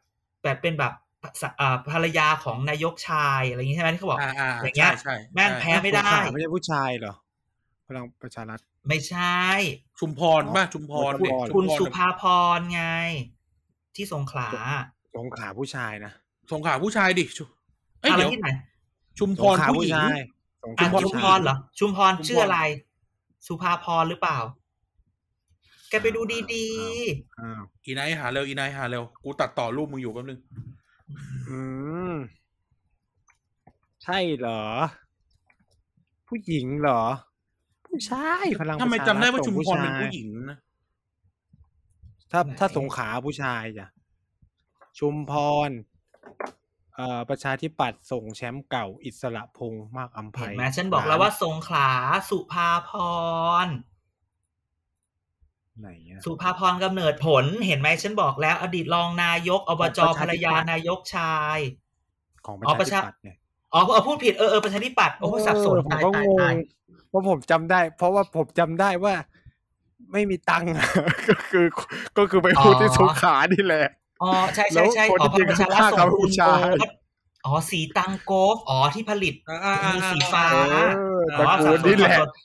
S3: แบบเป็นแบบสะอ่าภรรยาของนายกชายอะไรอย่างนี้ใช่ไหมที่เขาบอก
S1: อ่าอ่า
S3: อย่างเงี้
S1: ใช่
S3: ย
S1: ใช่
S3: แม่งแพ้ไม่ได้
S2: สงขลาไม่ใช่ผู้ชายเหรอพลังประชารัฐ
S3: ไม่ใช่
S1: ชุมพรป่ะชุมพร
S2: ชุมพร
S1: เนี่ย
S3: คุณ
S1: ชุ
S3: สุ
S1: มพร
S3: ภาพรไง ที่สงขลา
S2: สงขลาผู้ชายนะ
S1: สงขลาผู้ชายดิชุเอ้ย
S3: อะไร
S1: เดี๋ยว
S3: ที่ไหน
S1: ชุมพ
S2: สง
S1: ร
S2: ขลา
S1: ผู้
S2: ผู้
S1: หญิง
S2: ชายสงข
S3: อ่ะ
S2: ลา
S1: ชุมพร
S3: ชุมพรเหรอชุมพรชื่ออะไร สุภาพรหรือเปล่า แกไปดูดี
S2: อ้าว
S1: อีไนท์หาเร็วอีไนท์หาเร็วกูตัดต่อรูปมึงอยู่แป๊บนึง
S2: อืมใช่เหรอ ผู้หญิงเหรอ ผู้ชายพลังประชา
S1: ทำ
S2: รัฐ
S1: ไมจำได้ว่า
S2: ส่ง
S1: ชุมพรเป็น
S2: ชาย
S1: ผู้หญิงนะ
S2: ถ้าถ้าสงขลาผู้ชายจ้ะชุมพรเอ่อประชาธิปัตย์ส่งแชมป์เก่าอิสระพงษ์มากอัม
S3: ๆ
S2: ภั
S3: เห็
S2: ย
S3: นไหมฉันบอกแล้วว่าสงขลา สุภาพร
S2: ไหนอะ
S3: สุภาพรกำเนิดผลเห็นไหมฉันบอกแล้ว อดีตรองนายกอบจ
S2: ของประชาธิปัตย์
S3: ภรรยานายกชาย
S2: ของ
S3: อ๋อ
S2: ป
S3: ประ ระ
S2: ชา
S3: ชา
S2: ธิปัตย์เนี่ย
S3: อ๋อเออพูดผิดเออเออประชาธิปัตย์โอ้โหสับสน
S2: เออผม
S3: ตาย
S2: ก็
S3: ตาย
S2: ง
S3: ตาย
S2: งเพราะผมจำได้ เพราะว่าผมจำได้ว่า ไม่มีตังค์ [laughs] ก็คือ ก็คือไปพูดที่สงขลานี่แหละ
S3: อ๋อใช่ใช่ใช่
S2: แล้ว
S3: อ๋อพ
S2: คนจริงๆ
S3: ลังประชารัฐ
S2: ฆ่า
S3: ส่
S2: เขา
S3: ง
S2: ผู้
S3: คุณ
S2: ชาย
S3: โกอ๋อสีตังโกฟอ๋อที่ผลิต
S1: อ่าอ่า
S3: มี
S1: อ่า
S3: สีฟ้า
S2: เออตระ
S3: อ๋อ
S2: กู
S3: สั
S2: ล
S3: บส
S2: นี่แหละ
S3: สับส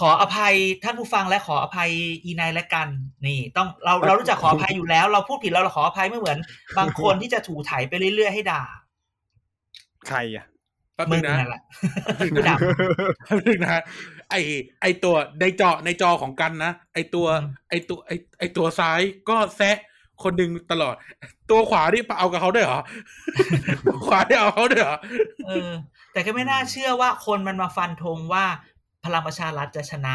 S3: ขออภัยท่านผู้ฟังและขออภัยอีนายและกัน นี่ ต้องเราเรารู้จักขออภัยอยู่แล้ว เราพูดผิดเราเราขออภัยไม่เหมือน บางคนที่จะถูไถ่ายไปเรื่อยๆให้ด่า
S2: ใครอ่ะ
S1: แป๊บ
S3: มึ
S1: นึง
S3: ง
S1: นะ
S3: นั่นแหละ กูด่า
S1: แป๊บนึงนะไอไอตัวในจอในจอของกันนะไอตัว
S3: อืม
S1: ไอตัวไอไอตัวซ้ายก็แซะคนหนึ่งตลอด ตัวขวานี่เอากับเขาด้วยเหรอ [laughs] ตัวขวาได้เอาเขาด้วยเหรอ
S3: เออ แต่ก็ไม่น่าเชื่อว่าคนมันมาฟันธงว่าพลังประชารัฐจะชนะ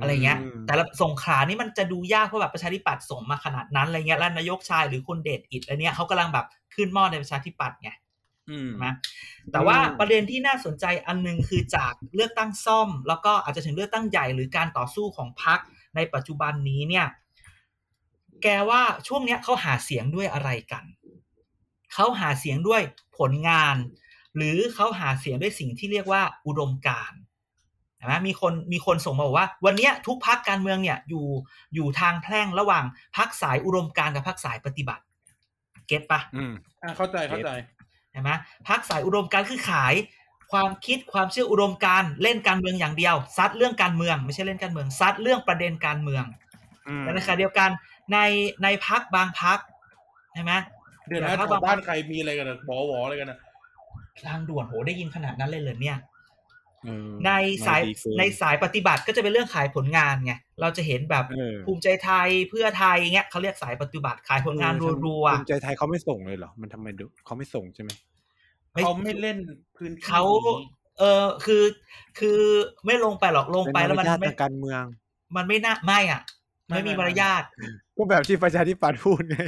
S3: อะไรเงี้ย แต่ละสงขลานี่มันจะดูยากเพราะแบบประชาธิปัตย์ส่งมาขนาดนั้นอะไรเงี้ยแล้วนายกชายหรือคุณเดชอิดอะไรเนี้ยเขากำลังแบบขึ้นหม้อในประชาธิปัตย์ไง
S1: อืม
S3: ใช่ไหมแต่ว่า
S2: อืม
S3: ประเด็นที่น่าสนใจอันหนึงคือจากเลือกตั้งซ่อม แล้วก็อาจจะถึงเลือกตั้งใหญ่หรือการต่อสู้ของพรรคในปัจจุบันนี้เนี่ย แกว่าช่วงเนี้ยเขาหาเสียงด้วยอะไรกันเขาหาเสียงด้วยผลงาน หรือเขาหาเสียงด้วยสิ่งที่เรียกว่าอุดมการณ์ใช่ไหมมีคนมีคนส่งมาบอกว่า วันเนี้ยทุกพักการเมืองเนี่ยอยู่อยู่ทางแพร่งระหว่างพักสายอุดมการณ์กับพักสายปฏิบัติ เก็ตปะ
S2: อืม
S1: อ่ะเข้าใจเข้าใจ
S3: ใช่ไหมพักสายอุดมการณ์คือขาย ความคิดความเชื่ออุดมการณ์เล่นการเมืองอย่างเดียว ซัดเรื่องการเมืองไม่ใช่เล่นการเมือง ซัดเรื่องประเด็นการเมือง
S2: อืม
S3: แต่ในขณะเดียวกันในในพักบางพักใช่ไหม
S1: เดี๋ยวนะ
S3: เดี๋ยวถ้า
S1: แถวบ้านใครมีอะไรกันอะหมอหวออะไรกันนะ
S3: ทางด่วนโหได้ยินขนาดนั้นเลยเหรอเนี่ย
S2: เออ
S3: ในสาย
S2: ดีเกิ
S3: ในสายปฏิบัติก็จะเป็นเรื่องขายผลงานไงเราจะเห็นแบบ
S2: เออ
S3: ภูมิใจไทยเพื่อไทยเงี้ยเขาเรียกสายปฏิบัติขายผลงานรัว
S2: ภูมิใจไทยเขาไม่ส่งเลยเหรอ มันทำไมดูเขาไม่ส่งใช่ไหม
S3: ๆไม่
S1: เขาไม่เล่นพื้นที่
S3: เขา
S1: นี้
S3: เออคือคือไม่ลงไปหรอกลงไปแล้วมัน
S2: เป็มารยาท
S3: ไม่
S2: ทางการเมือง
S3: มันไม่น่าไม่อ่ะ ไม่มีมารยาท
S2: ก็แบบที่ประชาธิปัตย์พูดไง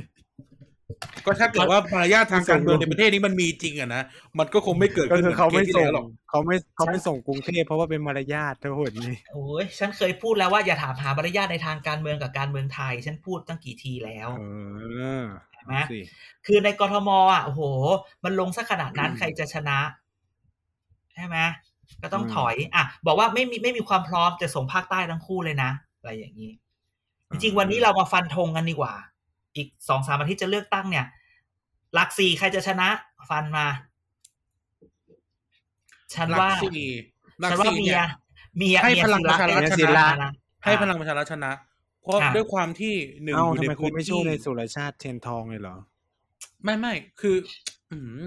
S1: ก็ถ้าเกิดว่ามารยาททางการเมืองในประเทศนี้มันมีจริงอะนะ มันก็คงไม่เกิด
S2: [laughs] ก็
S1: ขึ้น
S2: คือเขาไม่
S1: หมือนคสที่
S2: ส่ง
S1: แล้วหรอก
S2: เขาไม่เขาไม่ส่งกรุงเทพเพราะว่าเป็นมารยาททั้งหมดนี้
S3: โอ้ยฉันเคยพูดแล้วว่าอย่าถามหามารยาทในทางการเมืองกับการเมืองไทย ฉันพูดตั้งกี่ทีแล้ว
S2: เออ
S3: ใช่ไหม
S2: สิ
S3: คือในกทมอ่ะโอ้โห มันลงสักขนาดนั้นใครจะชนะใช่ไหมก็ต้องถอย อ่ะ บอกว่าไม่มีไม่มีความพร้อมจะส่งภาคใต้ทั้งคู่เลยนะอะไรอย่างนี้ จริงๆวันนี้เรามาฟันธงกันดีกว่า อีกสองสามอาทิตย์จะเลือกตั้งเนี่ย หลักสี่ใครจะชนะ ฟันมา ฉัน
S1: หลั
S3: ว่า
S1: กสี่หลัก
S3: ฉันว่า
S1: สี่
S3: เมี
S1: เนี่ย ย
S3: เมีย
S1: ให้
S3: เมีย
S1: พลังประชารัฐ
S3: ศิ
S1: ชนะ
S3: นะ
S1: ให้พลังประชารัฐชนะ เพราะ
S3: ค่ะ
S1: ด้วยความที่หนึ่ง
S2: เอ้า
S1: อยู่
S2: ทำ
S1: ใน
S2: ไมคุ
S1: พื้
S2: ณ
S1: น
S2: ไม่ช่ว
S1: ที่
S2: ยในสุรชาติเทียนทองเลยเหรอ
S1: ไม่ไม่คืออืม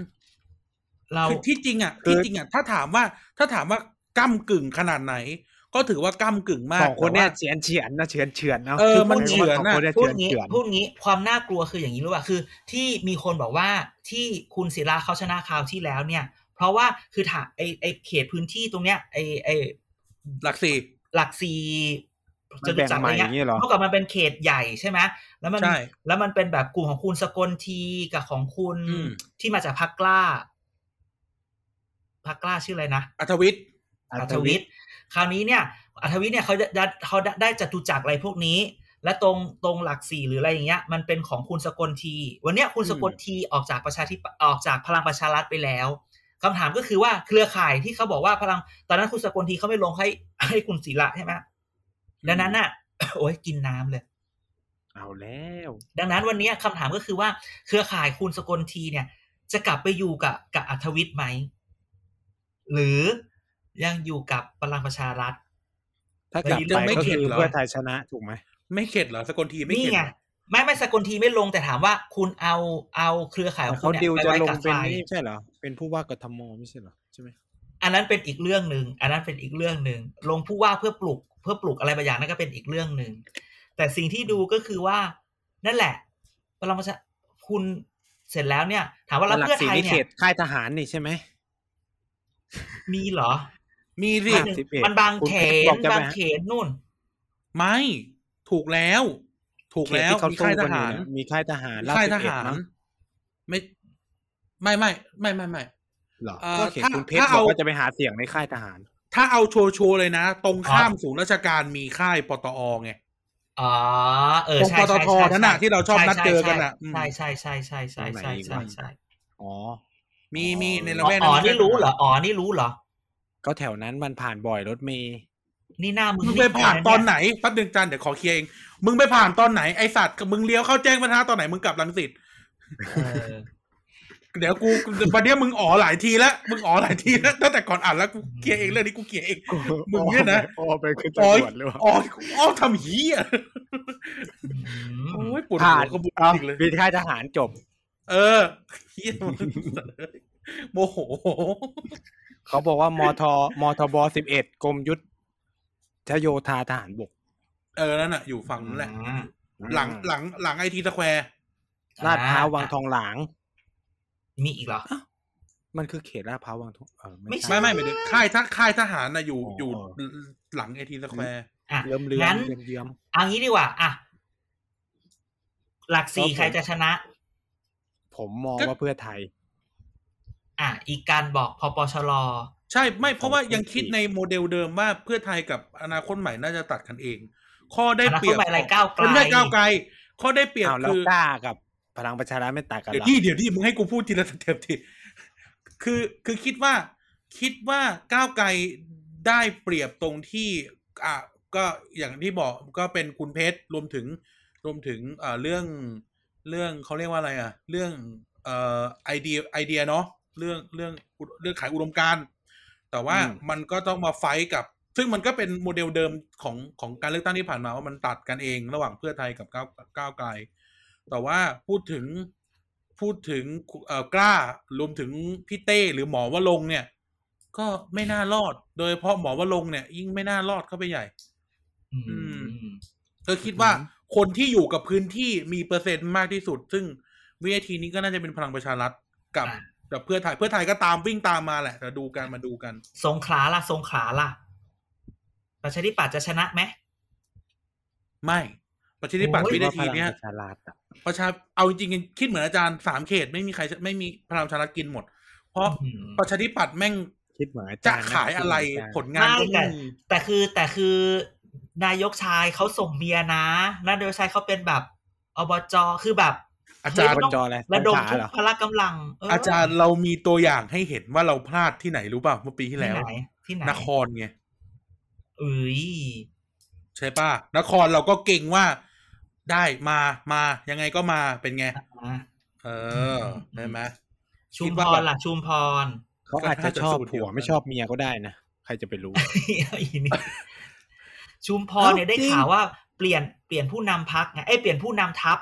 S3: เรา
S1: คือที่จริงอ่ะ
S2: คือ
S1: ที่จริงอ่ะถ้าถามว่าถ้าถามว่าก้ำกึ่งขนาดไหน ก็ถือว่าก้ำกึ่งมาก
S2: สองคนเนี่ย
S1: แต่ว่า
S2: เฉียนเฉียนนะเฉียนเฉียนเนาะ
S1: เออ
S2: คื
S1: มัน
S2: พูด
S1: เฉือน
S2: ว่าสอง
S1: น่ะ
S2: คนเนี่ยเฉียน
S3: พูดงี้
S2: เฉียน
S3: พูดงี้ความน่ากลัวคืออย่างนี้รู้ป่ะคือ ที่มีคนบอกว่าที่คุณศิลาเขาชนะคราวที่แล้วเนี่ย เพราะว่าคือถาไอไอเขตพื้นที่ตรงเนี้ยไอไอ
S1: หลักสี่
S3: หลักสี่
S2: มันแบ่งใหม่อย่างนี้เหรอ
S3: เท่ากับมันเป็นเขตใหญ่ใช่ไหมแล้วมัน
S1: ใช่
S3: แล้วมันเป็นแบบกลุ่มของคุณสกลทีกับของคุณ
S1: อืม
S3: ที่มาจากพักกล้าพักกล้าชื่ออะไรนะ
S1: อัธวิทย์
S3: อัธวิทย์คราวนี้เนี่ยอัธวิทย์เนี่ยเขาจะได้เขาได้จตุจักรอะไรพวกนี้ และตรงตรงหลักสี่หรืออะไรอย่างเงี้ยมันเป็นของคุณสกลที วันเนี้ยคุณสกลทีออกจากประชาธิปออกจากพลังประชารัฐไปแล้วคำถามก็คือว่าเครือข่ายที่เขาบอกว่าพลังตอนนั้นคุณสกลทีเขาไม่ลงให้ให้คุณศิระใช่ไหมดังนั้นน่ะ [coughs] โอ้ยกินน้ำเลย
S2: เอาแล้ว
S3: ดังนั้นวันเนี้ยคำถามก็คือว่าเครือข่ายคุณสกลทีเนี่ย จะกลับไปอยู่กับกับอัธวิทย์ไหม หรือยังอยู่กับพลังประชารัฐ
S2: ถ้ากลับไปก็คือเพื่อไทยชนะถูกไหม
S1: ไม่เข็ดเหรอสกลทีไม่
S3: นี่
S1: เข็ด
S3: ไง
S1: เหรอ
S3: ไม่ไม่สกลทีไม่ลงแต่ถามว่าคุณเอาเอาเครือข่ายของคุ
S2: เขา
S3: ณเนี่ย
S2: ดิว
S3: ไป
S2: จะ
S3: ไว้
S2: ลง
S3: กับใค
S2: เป็น
S3: ร
S2: นี่ใช่เหรอ เป็นผู้ว่ากทมไม่ใช่เหรอใช่ไหม
S3: อันนั้นเป็นอีกเรื่องหนึ่งอันนั้นเป็นอีกเรื่องหนึ่งลงผู้ว่าเพื่อปลูกเพื่อปลูกอะไรบางอย่างนั่นก็เป็นอีกเรื่องหนึ่งแต่สิ่งที่ดูก็คือว่า นั่นแหละพลังประชาคุณเสร็จแล้วเนี่ย ถามว่าแล้ว
S2: หลัก
S3: เพื่อ
S2: สี่
S3: ไทย
S2: นี่
S3: เนี่
S2: เข
S3: ย
S2: ตค่ายทหารนี่ใช่ไหม
S3: มีเหรอ
S1: มีสิ
S3: อ่ะ มันบางเขนบางเขนนู่น
S1: ไม่ถูกแล้ว ถูก
S2: เขต
S1: แล้ว
S2: ที่
S1: มี
S2: เขาสู้
S1: ค่ายท
S2: กันอยู่
S1: หาร
S2: เนี่ยมีค่ายทหารลด
S1: ค่ายท
S2: สิบเอ็ด
S1: หาร
S2: เนอะ
S1: ไม่ ไม่ไม่ไม่ไม่ไม่
S2: เหรอ
S1: เอ่อ
S2: ก็เขต
S1: ถ้า
S2: คุณเพชร
S1: ถ้า
S2: บอก
S1: เอา
S2: ว่าจะไปหาเสียงในค่ายทหาร
S1: ถ้าเอาโชว์โชว์ๆเลยนะ ตรง
S3: ครับ
S1: ข้ามศูนย์ราชการมีค่ายปตอไง
S3: อ๋อเออ
S1: ตรง
S3: ใช่
S1: ปต
S3: ใช่
S1: ท
S3: ใช่
S1: นั่นน่ะที่เราชอบนัดเจอกันน่ะอืม
S3: ใช่ใช่ใช่ใช่ใช่ใช่ใช่ใช่
S2: อ๋อ
S1: มี
S2: อ๋อ
S1: มีในละ
S3: อ๋อ
S1: แวก
S3: อ๋อ
S1: มี
S3: นี่
S1: ค่าย
S3: รู้
S1: ทา
S3: เหรอ อ๋อ นี่รู้เหรอ
S2: ก็แถวนั้นมันผ่านบ่อยรถเมย์
S3: นี่หน้ามึง
S1: มึงไปผ่าน
S3: เย
S1: ตอนไหนแป๊บเดียวจันเดี๋ยวขอเคลียร์เอง มึงไปผ่านตอนไหนไอสัตว์มึงเลี้ยวเข้าแจ้งวัฒนะตอนไหนมึงกลับรังสิต
S3: เออ
S1: เดี๋ยวกูวันเนี้ยมึงอ๋อหลายทีแล้วมึงอ๋อหลายทีแล้วตั้งแต่ก่อนอ่านแล้วกูเคลียร์เองเรื่องนี้กูเคลียร์เอง มึงเนี่ยนะ
S2: อ๋อไปขึ้น
S1: อ๋อ
S2: ตำรวจหรือเปล่า
S1: อ๋ออ๋อทำเหี้ยโอ้ยปวดหั
S2: ผ่าน
S1: วขบวน
S2: เอา
S1: จริงเลย
S2: มีค่ายทหารจบ
S1: เออเหี้ยมันโมโห
S2: เขาบอกว่ามทมทบสิบเอ็ดกรมยุทธโยธาทหารบก
S1: เออ นั่นน่ะ อยู่ฝั่งนั้นแหละ
S3: อ่า
S1: หลังหลังหลังไอทีสแควร์
S2: ลาดพร้าววังทองหลาง
S3: มีอีกเหรอ
S2: มันคือเขตลาดพร้าววังทองเออ
S3: ไม่
S2: ใช่
S3: ใช่
S1: ไม่ไม่ไม่ได้ค่ายทค่ายทหารน่ะอยู่
S2: อ๋อ
S1: อ
S2: อ
S1: ยู่หลังไอทีสแควร์
S3: อ่ะ
S2: เลื่อมเลื่อม
S3: งั้น
S2: เลื่อมเยื่อม
S3: เอางี้ดีกว่า อ่ะ หลักสี่
S2: ครับผม
S3: ใครจะชนะ
S2: ผมมองว่าเพื่อไทย
S3: อ่ะ อีกการบอกพปชร
S1: ใช่ไม่เพราะว่ายังคิด
S2: ของ
S1: ในโมเดลเดิมว่าเพื่อไทยกับอนาคตใหม่น่าจะตัดกันเอง ข้อได้
S3: อนา
S1: เป
S3: ค
S1: รี
S3: ต
S1: ยบ
S3: ใหม่อะไรก้าวไกล
S1: ไม่ได้ก้าวไกล ข้อได้เปรียบ
S2: อ้าวแล้ว
S1: คือ
S2: กล้ากับพลังประชารัฐไม่ต่างกัน
S1: เดี๋ยว
S2: หรอ
S1: ที่เดี๋ยวที่มึงให้กูพูดทีละสเต็ปทีคือคือคิดว่า คิดว่าก้าวไกลได้เปรียบตรงที่อ่ะก็อย่างที่บอกก็เป็นคุณเพชรรวมถึงรวมถึงเอ่อเรื่องเรื่องเขาเรียกว่าอะไรอ่ะ เรื่องเอ่อไอเดียไอเดียเนาะเรื่องเรื่องเรื่องขายอุดมการณ์แต่ว่ามันก็ต้องมาไฟท์กับ ซึ่งมันก็เป็นโมเดลเดิมของของการเลือกตั้งที่ผ่านมาว่ามันตัดกันเองระหว่างเพื่อไทยกับก้าวก้าวไกล แต่ว่าพูดถึงพูดถึงเอ่อกล้ารวมถึงพี่เต้หรือหมอวะลงค์เนี่ย ก็ไม่น่ารอด โดยเฉพาะหมอวรงค์เนี่ย ยิ่งไม่น่ารอดเข้าไปใหญ่
S3: อืม
S1: เธอคิดว่าคนที่อยู่กับพื้นที่มีเปอร์เซ็นต์มากที่สุด ซึ่งวิทยาทีนี้ก็น่าจะเป็นพลังประชารัฐกับ
S3: อ่ะ
S1: กับเพื่อไทยเพื่อไทยก็ตามวิ่งตามมาแหละแต่ดูกันมาดูกัน
S3: สงขลาล่ะสงขลาล่ะประชาธิปัตย์จะชนะไหม
S1: ไม่ประชาธิปัตย์
S3: โอ้ย
S1: วิ
S2: ว่า
S1: นาทีเนี้ย
S2: พลังประชารัฐอะ
S1: ประชาเอาจริงๆคิดเหมือนอาจารย์สามเขตไม่มีใครไม่มีพลังประชารัฐกินหมด เพราะ
S3: อืม
S1: ประชาธิปัตย์แม่ง
S2: คิดเหมือนอ
S1: จะ
S2: รน
S1: ขายอะไร
S2: คิดเหมืนจ
S1: ผลงานก็
S3: ไม่แต่
S1: ไม่มี
S3: แต่คือแต่คือนายกชายเขาส่งเมียนะแล้วนายกชายเขาเป็นแบบอบจคือแบบ
S1: อา
S3: แต่
S1: จาร
S2: บ
S1: ย์
S2: นจออะไร
S3: ระดม
S2: สงข
S3: ทุ
S2: ลาก เหรอ
S3: พละกำลังเ
S1: อาจารย์เรามีตัวอย่างให้เห็นว่าเราพลาดที่ไหนรู้ป่ะเมื่อปีที่
S3: ที่
S1: แล้ว
S3: ไหนที่ไหน
S1: นครไง
S3: อุ้ย
S1: ใช่ป่ะ นครเราก็เก่งว่าได้มามายังไงก็มาเป็นไง
S3: อ่ะ
S1: เออใช่ไหม
S3: ชุ
S1: คิ
S3: ม
S1: ด
S3: พ
S1: ว่า
S3: รล่ะชุมพร [laughs]
S2: เขาอาจจะชอบผัวไม่ชอบเมียก็ได้นะใครจะไปรู้
S3: อีนี่ชุมพรเนี่ยได้ข่าวว่าเปลี่ยนเปลี่ยนผู้นำพักไงเอ้ยเปลี่ยนผู้นำทัพ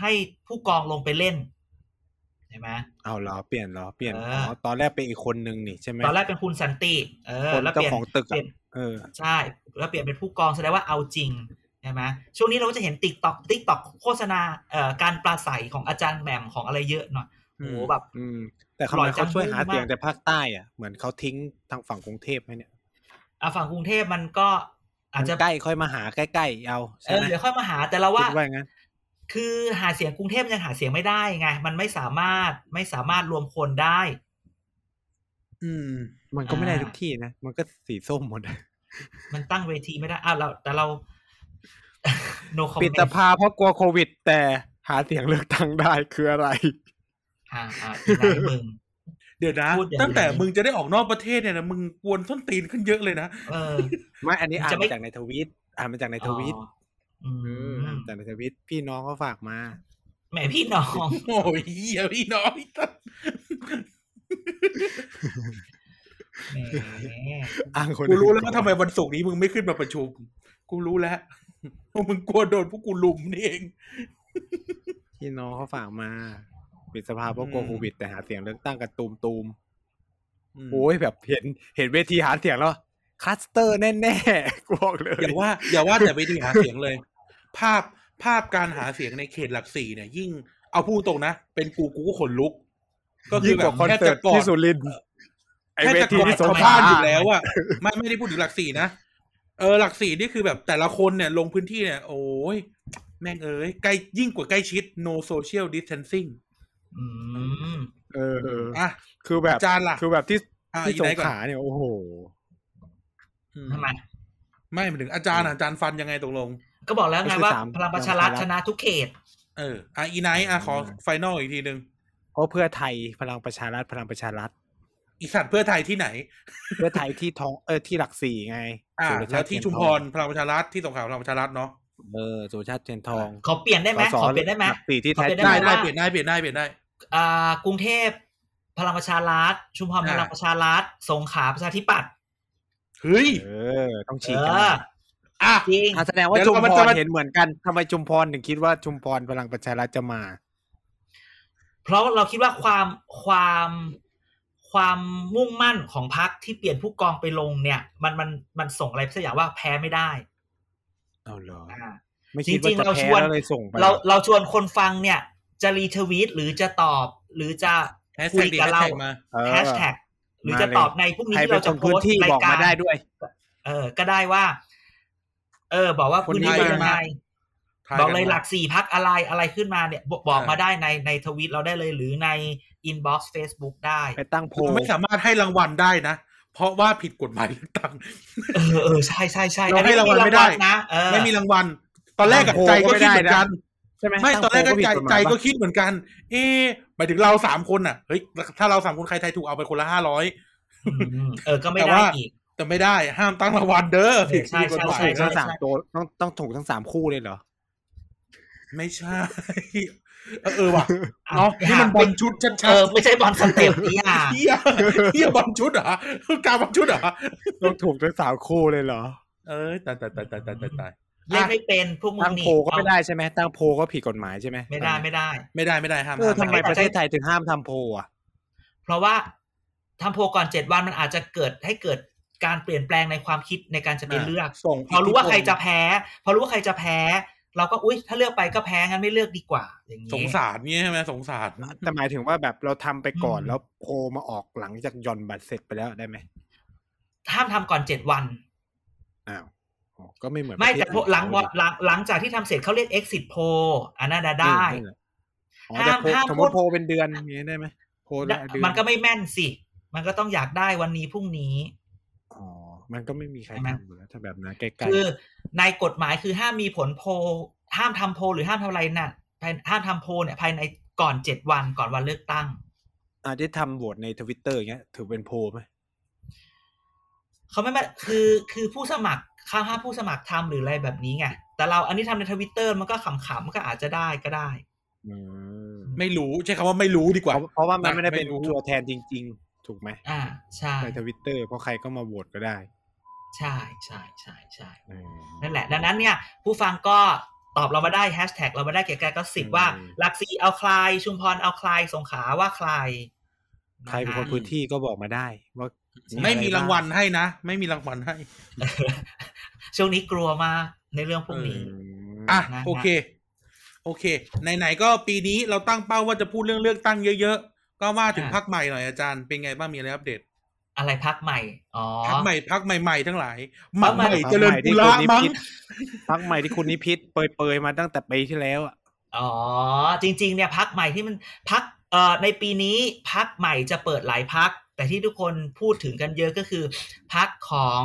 S3: ให้ผู้กองลงไปเล่นใช่ไหม
S2: เอาเหรอเปลี่ยนเหรอเปลี่ยน
S3: เอออ๋
S2: อ๋อตอนแรกเป็นอีกคนนึงนี่ใช่ไหม
S3: ตอนแรกเป็นคุณสันติ เออ
S2: คน
S3: แล้วเป
S2: เจ้า
S3: ลี่ยน
S2: ของตึก
S3: เปลี่ย
S2: อะ
S3: น
S2: เออ
S3: ใช่แล้วเปลี่ยนเป็นผู้กองแสดงว่าเอาจริงใช่ไหมช่วงนี้เราก็จะเห็นติ๊กตอกติ๊กตอกโฆษณาเอ่อการปราศัยของอาจารย์แหม่มของอะไรเยอะหน่อยโอ้โหแบบ
S2: อืม แต่คำ
S3: ปล่อ
S2: นั้
S3: ย
S2: นเขาช่วยหา
S3: จำไม่ได้
S2: เสียงแต่ภาคใต้อ่ะเหมือนเขาทิ้งทางฝั่งกรุงเทพไหมเนี่ย
S3: อ่ะฝั่งกรุงเทพมันก็อาจจะ
S2: มันใกล้ค่อยมาหาใกล้ๆเอา
S3: เอ
S2: ใช่
S3: อ
S2: ไหม
S3: เดี๋ยวค่อยมาหาแต่เราว่า
S2: คิดว่างั้น
S3: คือหาเสียงกรุงเทพยังหาเสียงไม่ได้ไง มันไม่สามารถไม่สามารถรวมคนได้
S1: อืม
S2: มันก็ไม่ได้
S3: อ่า
S2: ทุกที่นะมันก็สีส้มหมด
S3: มันตั้งเวทีไม่ได้อ้าวเราแต่เรา [laughs] no
S2: ปิดส
S3: comment
S2: ภาเพราะกลัวโควิด แต่หาเสียงเลือกตั้งได้คืออะไร
S3: อ่าอ่าอีกหน่อยมึง
S1: เดี๋ยวนะ
S3: พูดอย่างนี้
S1: ตั้งแต่มึงจะได้ออกนอกประเทศเนี่ยนะมึงกวนส้นตีนขึ้นเยอะเลยนะ
S3: เออ
S2: ไม่อันนี้อ่าน
S3: จะไม่
S2: มาจากในทวิตอ่านมาจากในทวิต
S3: อ๋ออื
S2: เอออ่าน
S3: ม
S2: มาจากในทวิตพี่น้องเขาฝากมา
S3: แหมพี่น้อง
S1: โอ้ยเหี้ยพี่น้อย
S3: แหม
S2: อ้างคน
S1: กูรู้แล้ว
S2: อื่
S1: ว่าน ทำไมวันศุกร์นี้มึงไม่ขึ้นมาประชุม กูรู้แล้ว [laughs] ว่ามึงกลัวโดนพวกกูลุมนี่เอง
S2: พี่น้องเขาฝากมาปิดสภาเพราะกลัวโควิด แต่หาเสียงเลือกตั้งกันตูมตูมๆ โอ้ยแบบเห็นเห็นเวทีหาเสียงแล้วคลัสเตอร์แน่ๆกูบอกเลย
S1: [laughs] อย่าว่าอย่าว่าแต่ไปดีหาเสียงเลย ภาพภาพการหาเสียงในเขตหลักสี่เนี่ย ยิ่งเอาพูดตรงนะ เป็นกูกูก็ขนลุก ก็คื
S2: ยิ่
S1: อง แบ
S2: ก
S1: บ
S2: ว่าคอน
S1: แค่
S2: เสิ
S1: จะ
S2: ร์ต
S1: กอด
S2: ที่สุรินทร์ไอ
S1: แค่
S2: เว
S1: จะ
S2: ที
S1: กอด
S2: ที่ส
S1: ชาง ว
S2: ขลา
S1: บ้านอยู่แล้วอะไม่ไม่ได้พูดถึงหลักสี่นะเออหลักสี่นี่คือแบบแต่ละคนเนี่ย ลงพื้นที่เนี่ย โอ้ยแม่งเอ้ยใกล้ยิ่งกว่าใกล้ชิด no social distancing
S3: อืม
S2: เออเออ
S1: อ่ะ
S2: คือแบบ
S1: อาจารย์ล่ะ
S2: คือแบบที่
S1: อ่ะ
S2: ที่
S1: อี
S2: ส
S1: ไห
S2: ง
S1: นก่อ
S2: ข
S1: น
S2: ลาเนี่ยโอ้โห
S1: อืม
S3: ทำไม
S1: ไม่หมายถึงอาจารย์อะอาจารย์ฟันยังไงตกลง
S3: ก็บอกแล้วไง
S2: ก็คือ
S3: ว่า
S2: สาม
S3: พลังประชารัฐ
S2: พลังประชารัฐ
S3: ชนะทุกเขต
S1: เอออ่ะอีไนท์อ่ะขอไฟนอลอีกทีหนึ่ง
S2: ก็เพื่อไทยพลังประชารัฐพลังประชารัฐ
S1: อีสัตว์เพื่อไทยที่ไหน
S2: เพื่อไทยที่ท้องเออที่หลักสี่ไง
S1: อ่า
S2: สุรชา
S1: แล้ว
S2: ติ
S1: ที่
S2: เทียน
S1: ชุม
S2: ท
S1: พ
S2: อง
S1: รพลังประชารัฐที่สงขลาพลังประชารัฐเนาะ
S2: เออสุรชาติเทียนทอง
S3: ขอเปลี่ยนได้ไหม
S2: สส
S3: ขอเปลี่ยนได้ไหม
S2: หลักสี่ที่
S3: ขอ
S2: แท้
S3: เปลี่ยน
S2: จ
S3: ได้
S2: ริ
S1: ได้
S2: ง
S3: หม
S1: ได้เปลี่ยนได้เปลี่ยนได้เปลี่ยนได้
S3: อ่ากรุงเทพพลังประชารัฐชุมพรพลังประชารัฐสงขลาประชาธิปัตย์
S1: เฮ้ย
S2: เออต้อง
S3: เอ
S2: ฉีกกัน
S3: อ
S2: นะ
S1: อ่ะ
S3: จริง
S2: อ่ะแสดงว่า
S1: เดี๋ยว
S2: ชุม
S1: เรา
S2: พ
S1: จะ
S2: ร
S1: มา
S2: เห็นเหมือนกันทำไมชุมพรถึงคิดว่าชุมพรพลังประชารัฐจะมา
S3: เพราะเราคิดว่าความความความมุ่งมั่นของพักที่เปลี่ยนผู้กองไปลงเนี่ย มันมันมันส่งอะไรสักอย่างว่าแพ้ไม่ได้
S2: เอาเหรอ
S3: อ่า
S2: ไม่คิดว่า
S3: จริงๆ
S2: จะ
S3: เราช
S2: แพ้
S3: วน
S2: แล้วเลยส่งไป
S3: เราเราชวนคนฟังเนี่ย จะรีทวีตหรือจะตอบ หรือจะ
S1: แฮช
S3: คุ
S1: แท็
S3: ย
S1: กดี
S3: กับ
S1: แฮช
S3: เรา
S1: แท็กมา
S2: เออ
S3: แฮชแท็กหรือ
S2: มา
S3: จะ
S2: เลย
S3: ตอบในพรุ่งนี้
S2: ใคร
S3: ที่
S2: เป็น
S3: เรา
S2: ค
S3: จะ
S2: น
S3: โพ
S2: พื้น
S3: สต์
S2: ที่
S3: ราย
S2: บอก
S3: การ
S2: มาได้ด้วย
S3: เออ ก็ได้ว่า เออ บอกว่า
S1: คนไท
S3: พื้น
S1: ย
S3: ที่เป็นยัง
S1: มา
S3: ไง
S1: ถ่า
S3: บอก
S1: น
S3: เลย
S1: มา
S3: หลักสี่พักอะไรอะไรขึ้นมาเนี่ยบอกบอก
S1: เออ
S3: มาได้ในในทวิตเราได้เลยหรือในอินบ็อกซ์เฟซบุ๊กได้
S2: ไปตั้งโพล
S1: เราไม่สามารถให้รางวัลได้นะ เพราะว่าผิดกฎหมายเลือกตั้ง
S3: เออเออใช่ใช่ใช่
S1: เรา
S3: อัน
S1: ให้
S3: นี้
S1: รางวัลไม่ได้
S3: นะเออ
S1: ไม่มีรางวัล ตอนแรกกับใจก็คิดเหมือนกัน
S2: ใช่ไหม
S1: ไม่
S2: ง
S1: ตอนแรกก็
S2: โพลผิด
S1: ใจ
S2: ฎหมาย
S1: ใจก็
S2: ปะ
S1: คิดเหมือนกัน เอ๊ะหมายถึงเราสามคนอ่ะเฮ้ยถ้าเราสามคนใครไทายถูกเอาไปคนละห้าร้อย
S3: อืมเออ ก็ไม่
S1: แต่
S3: ได้
S1: ว่า
S3: อีก
S1: แต่ไม่ได้ห้ามตั้งรางวัลเด้อผิด
S3: ใช่
S1: กฎหมาย
S3: ใช่ใช่
S2: ทั้งสามตัวต้องต้องถูกทั้งสามคู่เลยเหรอ
S1: ไม่ใช่ เออเออว่ะเนาะนี่มันบอลชุดชัด
S3: เออ ไม่ใช่บอลสเต็ปนี่อ่ะ
S1: ๆเฮียเฮียบอลชุดเหรอการบอลชุดเหรอ
S2: ต้องถูกทั้งสามคู่เลยเหรอ
S1: เอ้ยตายตายตายตายตายตายตาย
S3: เล่นไม่เป็นพวกมึ
S2: ตั้
S3: ง
S2: ง
S3: นี่
S2: โพลก็ไม่ได้ใช่ไหมตั้งโพลก็ผิดกฎหมายใช่ไหม
S3: ไม่ได้ไม่ได้
S1: ไม่ได้ไม่ได้ห้าม
S2: เออ
S1: ห้า
S2: ทำไม
S1: ห้า
S2: ประเทศไทยถึงห้ามทำโพลอ่ะ
S3: เพราะว่า ทำโพลก่อนเจ็ดวันมันอาจจะเกิดให้เกิดการเปลี่ยนแปลงในความคิดในการจะไปเลือก
S1: ส่ง
S3: พอรู้ว่าใครจะ
S1: แพ้
S3: แพ้ พอรู้ว่าใครจะแพ้ เราก็อุ้ยถ้าเลือกไปก็แพ้งั้นไม่เลือกดีกว่า อย่างนี้
S1: สงสารเนี่ยใช่ไหมสงสาร
S2: แต่หมายถึงว่าแบบเราทำไปก่อนแล้วโพลมาออกหลังจากหย่อนบัตรเสร็จไปแล้วได้ไหม
S3: ห้ามทำก่อนเจ็ดวัน
S2: อ้าวอ๋อก็ไม่เหมือน
S3: ไม่
S2: ประเทศ
S3: แต่พวกหลังบอลหลังหลังจากที่ทำเสร็จเขาเรียก exit poll อันนั้นน่ะได้
S2: อืมนั่นแหละอ๋อแต่โพล
S3: ห้าม
S2: สมม
S3: ห้ามพูด
S2: ติโพลเป็นเดือนอย่างนี้ได้ไหมโพลละเดือน
S3: มันก็ไม่แม่นสิ มันก็ต้องอยากได้วันนี้พรุ่งนี้
S2: อ๋อมันก็ไม่มีใคร
S3: ใช่ไหม
S2: ทำอยู่แล้วถ้าแบบนั้นไกล
S3: คือในกฎหมายคือห้ามมีผลโพลห้ามทำโพลหรือห้ามทำอะไรน่ะภายห้ามทำโพลเนี่ยภายในก่อนเจ็ดวันก่อนวันเลือกตั้ง
S2: ๆอาจจะที่ทำโหวตในทวิตเตอร์อย่างเงี้ย ถือเป็นโพลไหม
S3: เขาไม่มาคือคือผู้สมัครข้ามห้ามผู้สมัครทำหรืออะไรแบบนี้ไงแต่เราอันนี้ทำในทวิตเตอร์มันก็ขำๆมันก็อาจจะได้ก็ได้
S2: อืม
S1: ไม่รู้ใช้คำว่าไม่รู้ดีก
S2: เพ
S1: ว่า
S2: ราะเพราะว่ามันไม่ได้เป็น
S1: ไม่รู้
S2: ตัวแทนจริง ๆ ถูกไหม
S3: อ่าใช่
S2: ในทวิตเตอร์เพราะใครก็มาโหวตก็ได้
S3: ใช่ใช่ใช่ใช่
S2: อืม
S3: นั่นแหละ ดังนั้นเนี่ย ผู้ฟังก็ตอบเรามาได้แฮชแท็กเรามาได้เกี่ยวกับก็สิบ
S2: อืม
S3: ว่าหลักสีเอาใครชุมพรเอาใครสงขลาว่าใคร
S2: ใครเป็นคน
S3: นะะ
S2: พื้นที่ก็บอกมาได้ว่า
S1: ไม่มี
S2: อะบ้
S1: รางวัลให้นะ ไม่มีรางวัลให้
S3: [laughs] ช่วงนี้กลัวมากในเรื่องพวกนี้
S1: อ่ะ
S3: นะ
S1: โอเค โอเค ไหนๆก็ปีนี้เราตั้งเป้าว่าจะพูดเรื่องเลือกตั้งเยอะๆ ก็ว่าถึงพักใหม่หน่อยอาจารย์เป็นไงบ้างมีอะไรอัปเดต
S3: อะไรพักใหม่ อ๋อ
S1: พักใหม่พักใหม่ๆทั้งหลายห
S3: พร
S1: มักให
S3: รคใหม่
S1: ม่เจริญปุระมั้ง
S2: พักใหม่ที่คุณนิพิษเปรยๆมาตั้งแต่ปีที่แล้วอะ
S3: อ๋อ จริง ๆ เนี่ยพักใหม่ที่มันพักเอ่อในปีนี้พักใหม่จะเปิดหลายพัก แต่ที่ทุกคนพูดถึงกันเยอะก็คือพักของ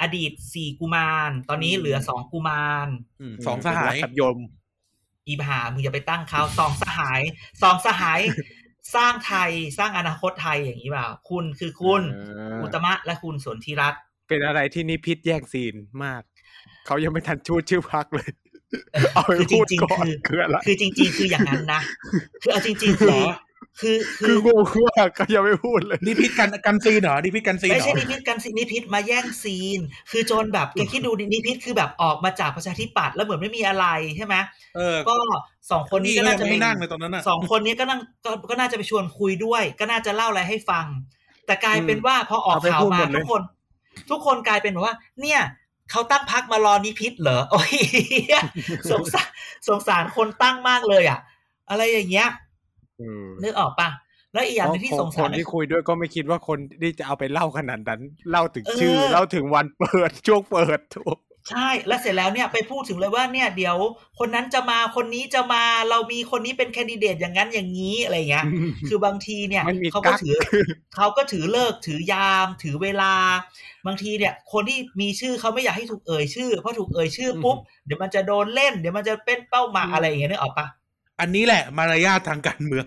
S3: อดีตสี่กุมาร ตอนนี้เหลือสองกุมาร
S1: อืมสองสหาย
S2: เป็นรักกับยม
S3: อีบหามึงอย่าไปตั้งเขาสองสหายสองสหายสร้างไทยสร้างอนาคตไทยอย่างนี้เปล่าคุณคือคุณ
S2: เอออุ
S3: อุตตมะและคุณสนธิรัตน์
S2: เป็นอะไรที่นิพิษแย่งซีนมาก เขายังไม่ทันชูดชื่อพักเลย [laughs] เอาไปพูดก่อน
S3: คือจริงๆ
S2: คืออะไร
S3: คือจริง ๆ คืออย่างนั้นนะ คือเอาจริง ๆ คือคือ
S2: คื
S3: คือ อง
S2: งมากเขายังไม่พูดเลย
S1: นิพิษกันกันซีนเหรอนิพิษกันซีน
S3: ไม่
S1: เหร
S3: ใช่
S1: อ
S3: นิพิษกันสินิพิษมาแย่งซีน คือจนแบบแกคิดดูดินิพิษคือแบบออกมาจากประชาธิปัตย์แล้วเหมือนไม่มีอะไรใช่ไหม
S1: เออ
S3: ก็สองคนนี้
S1: นี่
S3: ก็
S1: ก็
S3: น่า
S1: น่า
S3: จะ
S1: จะ
S3: ไป
S1: ไม่นั่งเลยตอนนั้นน่ะ
S3: สองคนนี้ก็นั่งก็ก็น่าจะไปชวนคุยด้วย ก็น่าจะเล่าอะไรให้ฟัง แต่กลายเป็นว่าพอออกข่าวมาทุกคน ทุกคนกลายเป็นว่า เนี่ยเขาตั้งพักมารอนิพิษเหรอ [laughs] โอ้ยเหี้ยสงสารสงสารคนตั้งมากเลยอ่ะ อะไรอย่างเงี้ย
S2: อืม
S3: นึกออกปะแล้วอีกอย่างหนึงที่สง
S2: ค
S3: สาร
S2: น
S3: ก็
S2: ที่
S3: คือ
S2: คุยด้วยก็ไม่คิดว่าคนที่จะเอาไปเล่าขนาดนั้น เล่าถึงชื่อ
S3: เออ
S2: เล่าถึงวันเปิด [laughs] ช่วงเปิด
S3: [laughs]
S2: ถูก
S3: ใช่ แล้วเสร็จแล้วเนี่ยไปพูดถึงเลยว่าเนี่ยเดี๋ยว คนนั้นจะมาคนนี้จะมาเรามีคนนี้เป็นแคนดิเดตอย่างนั้นอย่างนี้อะไรอย่างเงี้ย [laughs] คือบางทีเนี่ย
S2: ไม่มี
S3: เขาก็
S2: กัก
S3: ถือเขาก็ถือเลิกษ์ถือยาม ถือเวลา บางทีเนี่ย คนที่มีชื่อเขาไม่อยากให้ถูกเอ่ยชื่อเพราะถูกเอ่ยชื่อปุ๊บเดี๋ยวมันจะโดนเล่นเดี๋ยวมันจะเป็นเป้าหมายอะไรอย่างเงี้ยนึกออกปะ
S1: อันนี้แหละมารยาททางการเมือง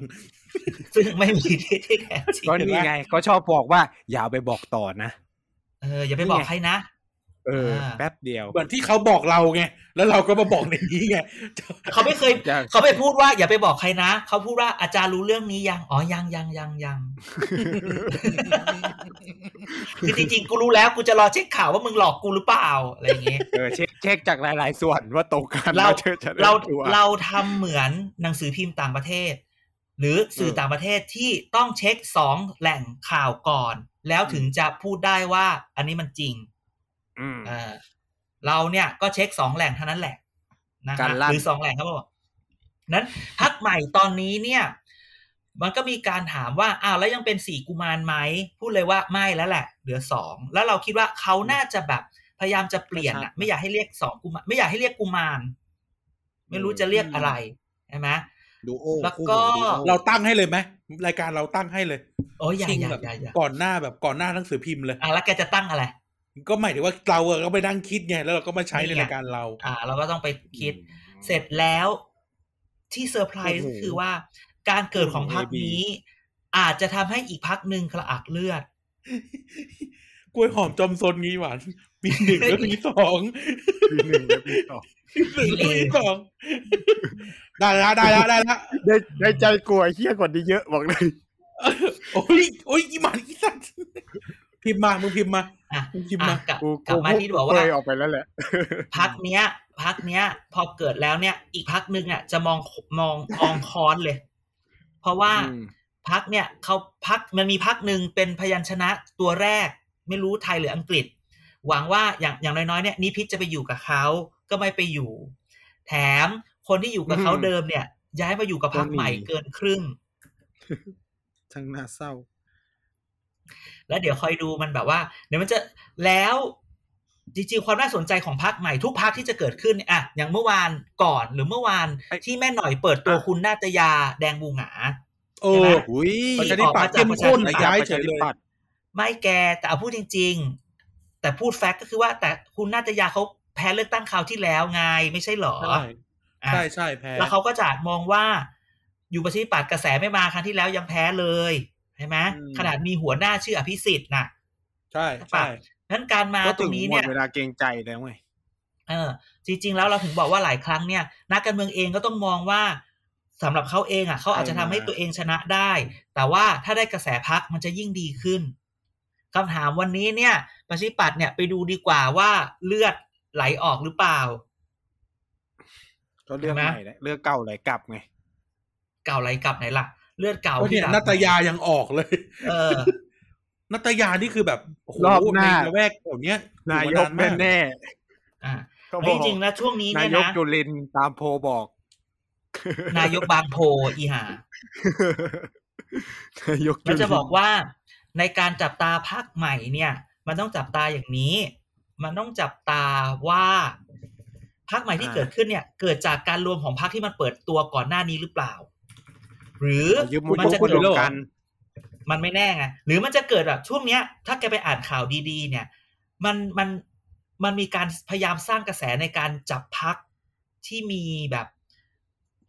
S3: ซึ่งไม่มีที่ที่แท้จริง
S2: ก็นี่ไง ก็ชอบบอกว่าอย่าเอาไปบอกต่อนะ
S3: เอออย่าไปบอกใครนะ
S2: เออ
S3: อ่า
S2: แป๊บเดียว
S1: เหมือนที่เขาบอกเราไงแล้วเราก็มาบอกในนี้ไง
S3: เขาไม่เคย
S2: [laughs] อย่าง
S3: เขาไม่พูดว่าอย่าไปบอกใครนะ เขาพูดว่าอาจารย์รู้เรื่องนี้ยัง อ๋อ ยังยังยัง
S2: [laughs]
S3: ยังคือจริงๆ กูรู้แล้ว กูจะรอเช็คข่าวว่ามึงหลอกกูหรือเปล่า อะไรอย่างเงี้ย
S2: เออเช็คเช็คจากหลาย ๆ ส่วนว่าตรงกัน
S3: เรา
S2: แล้วจะได้
S3: เรา
S2: ตัว
S3: เราทำเหมือนหนังสือพิมพ์ต่างประเทศ หรือสื่อต่างประเทศที่ต้องเช็คสองแหล่งข่าวก่อน แล้วถึงจะพูดได้ว่า อันนี้มันจริง
S2: อืม
S3: เออเราเนี่ยก็เช็คสองแหล่งเท่านั้นแหละนะ
S2: กา
S3: ฮะ
S2: รลั่น
S3: หรือสองแหล่งครับผมนั้นพักใหม่ตอนนี้เนี่ย มันก็มีการถามว่าอ้าวแล้วยังเป็นสี่กุมารไหมพูดเลยว่าไม่แล้วแหละ เหลือสองแล้วเราคิดว่าเขาน่าจะแบบพยายามจะเปลี่ยนอะไม่อยากให้เรียกสองกุมารไม่อยากให้เรียกกุมาร ไม่รู้จะเรียกอะไรใช่ไหม
S2: ดูโอ
S3: แล้ว
S2: คู่
S3: ก็
S2: ดูโอ
S1: เราตั้งให้เลยไหมรายการเราตั้งให้เลย
S3: โอ้ยอย่า
S1: ชิง
S3: อย่า
S1: แบบ
S3: อย่าอย่า
S1: ก่อนหน้าแบบก่อนหน้าหนังสือพิมพ์เลย
S3: อ่ะแล้วแกจะตั้งอะไร
S1: ก็หมายถึงว่าเราอะก็ไปนั่งคิดไงแล้วเราก็มาใช้ใน
S3: นี่ไง
S1: รายการเรา
S3: อ่า เราก็ต้องไปคิด
S2: อืม
S3: เสร็จแล้วที่เซอร์ไพรส์
S2: โอ้
S3: ก็
S2: โห
S3: คือว่า การเกิดของพรรค
S2: โอ้โห
S3: นี้ อาจจะทำให้อีกพรรคหนึ่งกระอักเลือด
S1: กล้วยหอมจอมซนงี้หวานปีหนึ่งแล้วปีสอง
S2: [laughs] ปีหนึ่งและปีสอง
S1: ปีหนึ่งปีสอง [laughs] ได้ละได้ละได้ละ
S2: ได้ได้ใจกลัวเฮี้ยกว่านี้เยอะบอกเลย
S1: โอ้ยโอ้ยอีหมันอีสัตว์พิมพ์มามึงพิมพ์มา
S3: อ่ะ
S1: มึงพิมพ์
S3: อ่ะ
S1: มาก
S3: ลับ
S2: กู
S3: กลับมาที่บอก
S2: เค
S3: ว่าย
S2: ออกไปแล้วแหละ
S3: พรรคเนี้ยพรรคเนี้ย พอเกิดแล้วเนี่ย อีกพรรคหนึ่งอ่ะจะมองมองมองค้อนเลย เพราะว่า
S2: อืม
S3: พักเนี่ยเขาพักมันมีพักหนึ่งเป็นพยัญชนะตัวแรก ไม่รู้ไทยหรืออังกฤษ หวังว่าอย่างอย่างน้อยๆเนี่ยนิพิษจะไปอยู่กับเขาก็ไม่ไปอยู่ แถมคนที่อยู่กับเขา
S2: อืม
S3: เดิมเนี่ย ย้ายมาอยู่กับพัก
S2: ก็มี
S3: ใหม่เกินครึ่ง
S2: ช่างน่าเศร้า
S3: แล้วเดี๋ยวคอยดูมันแบบว่า เดี๋ยวมันจะแล้วจริงๆความน่าสนใจของพักใหม่ทุกพักที่จะเกิดขึ้นเนี่ยอะอย่างเมื่อวานก่อนหรือเมื่อวาน
S2: ไอ้
S3: ที่แม่หน่อยเปิดตัวคุณนาตยาแดงบูหงา
S1: โอ้
S3: ใช่ไหม
S2: หุย
S1: ประชาธิปัตย์เข้มข้นนะย้ายเฉยเลย
S3: ไม่แกแต่เอาพูดจริง ๆ แต่พูดแฟกต์ก็คือว่า แต่คุณนาตยาเขาแพ้เลือกตั้งคราวที่แล้วไงไม่ใช่เหรอ
S2: ใช่
S3: อ่ะ
S1: ใช่ใช่แพ้
S3: แล้วเขาก็จะมองว่าอยู่ประชาธิปัตย์กระแสไม่มาครั้งที่แล้วยังแพ้เลยใช่ไหม
S1: อืม
S3: ขนาดมีหัวหน้าชื่ออภิสิทธิ์น่ะ
S1: ใช่ใช่
S3: นั้นการมา
S2: ก็
S3: ตร
S2: ถึง
S3: งนี้
S2: หม
S3: เนี่
S2: ด
S3: ย
S2: เวลาเกรงใจแล้วไง
S3: เออจริง ๆ แล้วเราถึงบอกว่าหลายครั้งเนี่ย นักการเมืองเองก็ต้องมองว่าสำหรับเขาเองอ่ะเขาอาจจะทำให้ตัวเองชนะได้ แต่ว่าถ้าได้กระแสพักมันจะยิ่งดีขึ้นคำถามวันนี้เนี่ยประชาธิปัตย์เนี่ยไปดูดีกว่าว่าเลือดไหลออกหรือเปล่า
S2: ก็เรื่อง
S3: ใช่ไหม
S2: ใหม่แล้วเรื่องเก่าไหลกลับไง
S3: เก่าไหลกลับไหนล่ะ เลือดเก่า
S1: เพราะเนี่ย
S3: ที่หลัง
S1: นัตยายังออกเลย [laughs]
S3: เออ
S1: นัตยานี่คือแบบโโ
S2: รอบหน้า
S1: ใละแวกแบบเนี้ย
S2: นายก
S1: แม่
S2: แน่แน่
S3: อ่า
S2: ๆเขาบอ
S3: จ
S2: ก
S3: ริงๆแล้วช่วงนี้
S2: นา
S3: เนี่ย
S2: ยก
S3: นะ
S2: จุลินตามโพลบอก
S3: นายกบางโพอีหา
S2: นายก
S3: มันจะ
S2: ลิน
S3: บอกว่าในการจับตาพักใหม่เนี่ย มันต้องจับตาอย่างนี้ มันต้องจับตาว่าพักใหม่ที่เกิดขึ้นเนี่ย เกิดจากการรวมของพักที่มันเปิดตัวก่อนหน้านี้หรือเปล่า หรือ
S2: ประยุบมุ
S3: มันจะ
S2: คุ
S3: เกิด
S2: ดมกันต์
S3: มันไม่แน่ไงหรือมันจะเกิดแบบช่วงเนี้ย ถ้าแกไปอ่านข่าวดีๆ เนี่ย มันมันมันมีการพยายามสร้างกระแสในการจับพักที่มีแบบ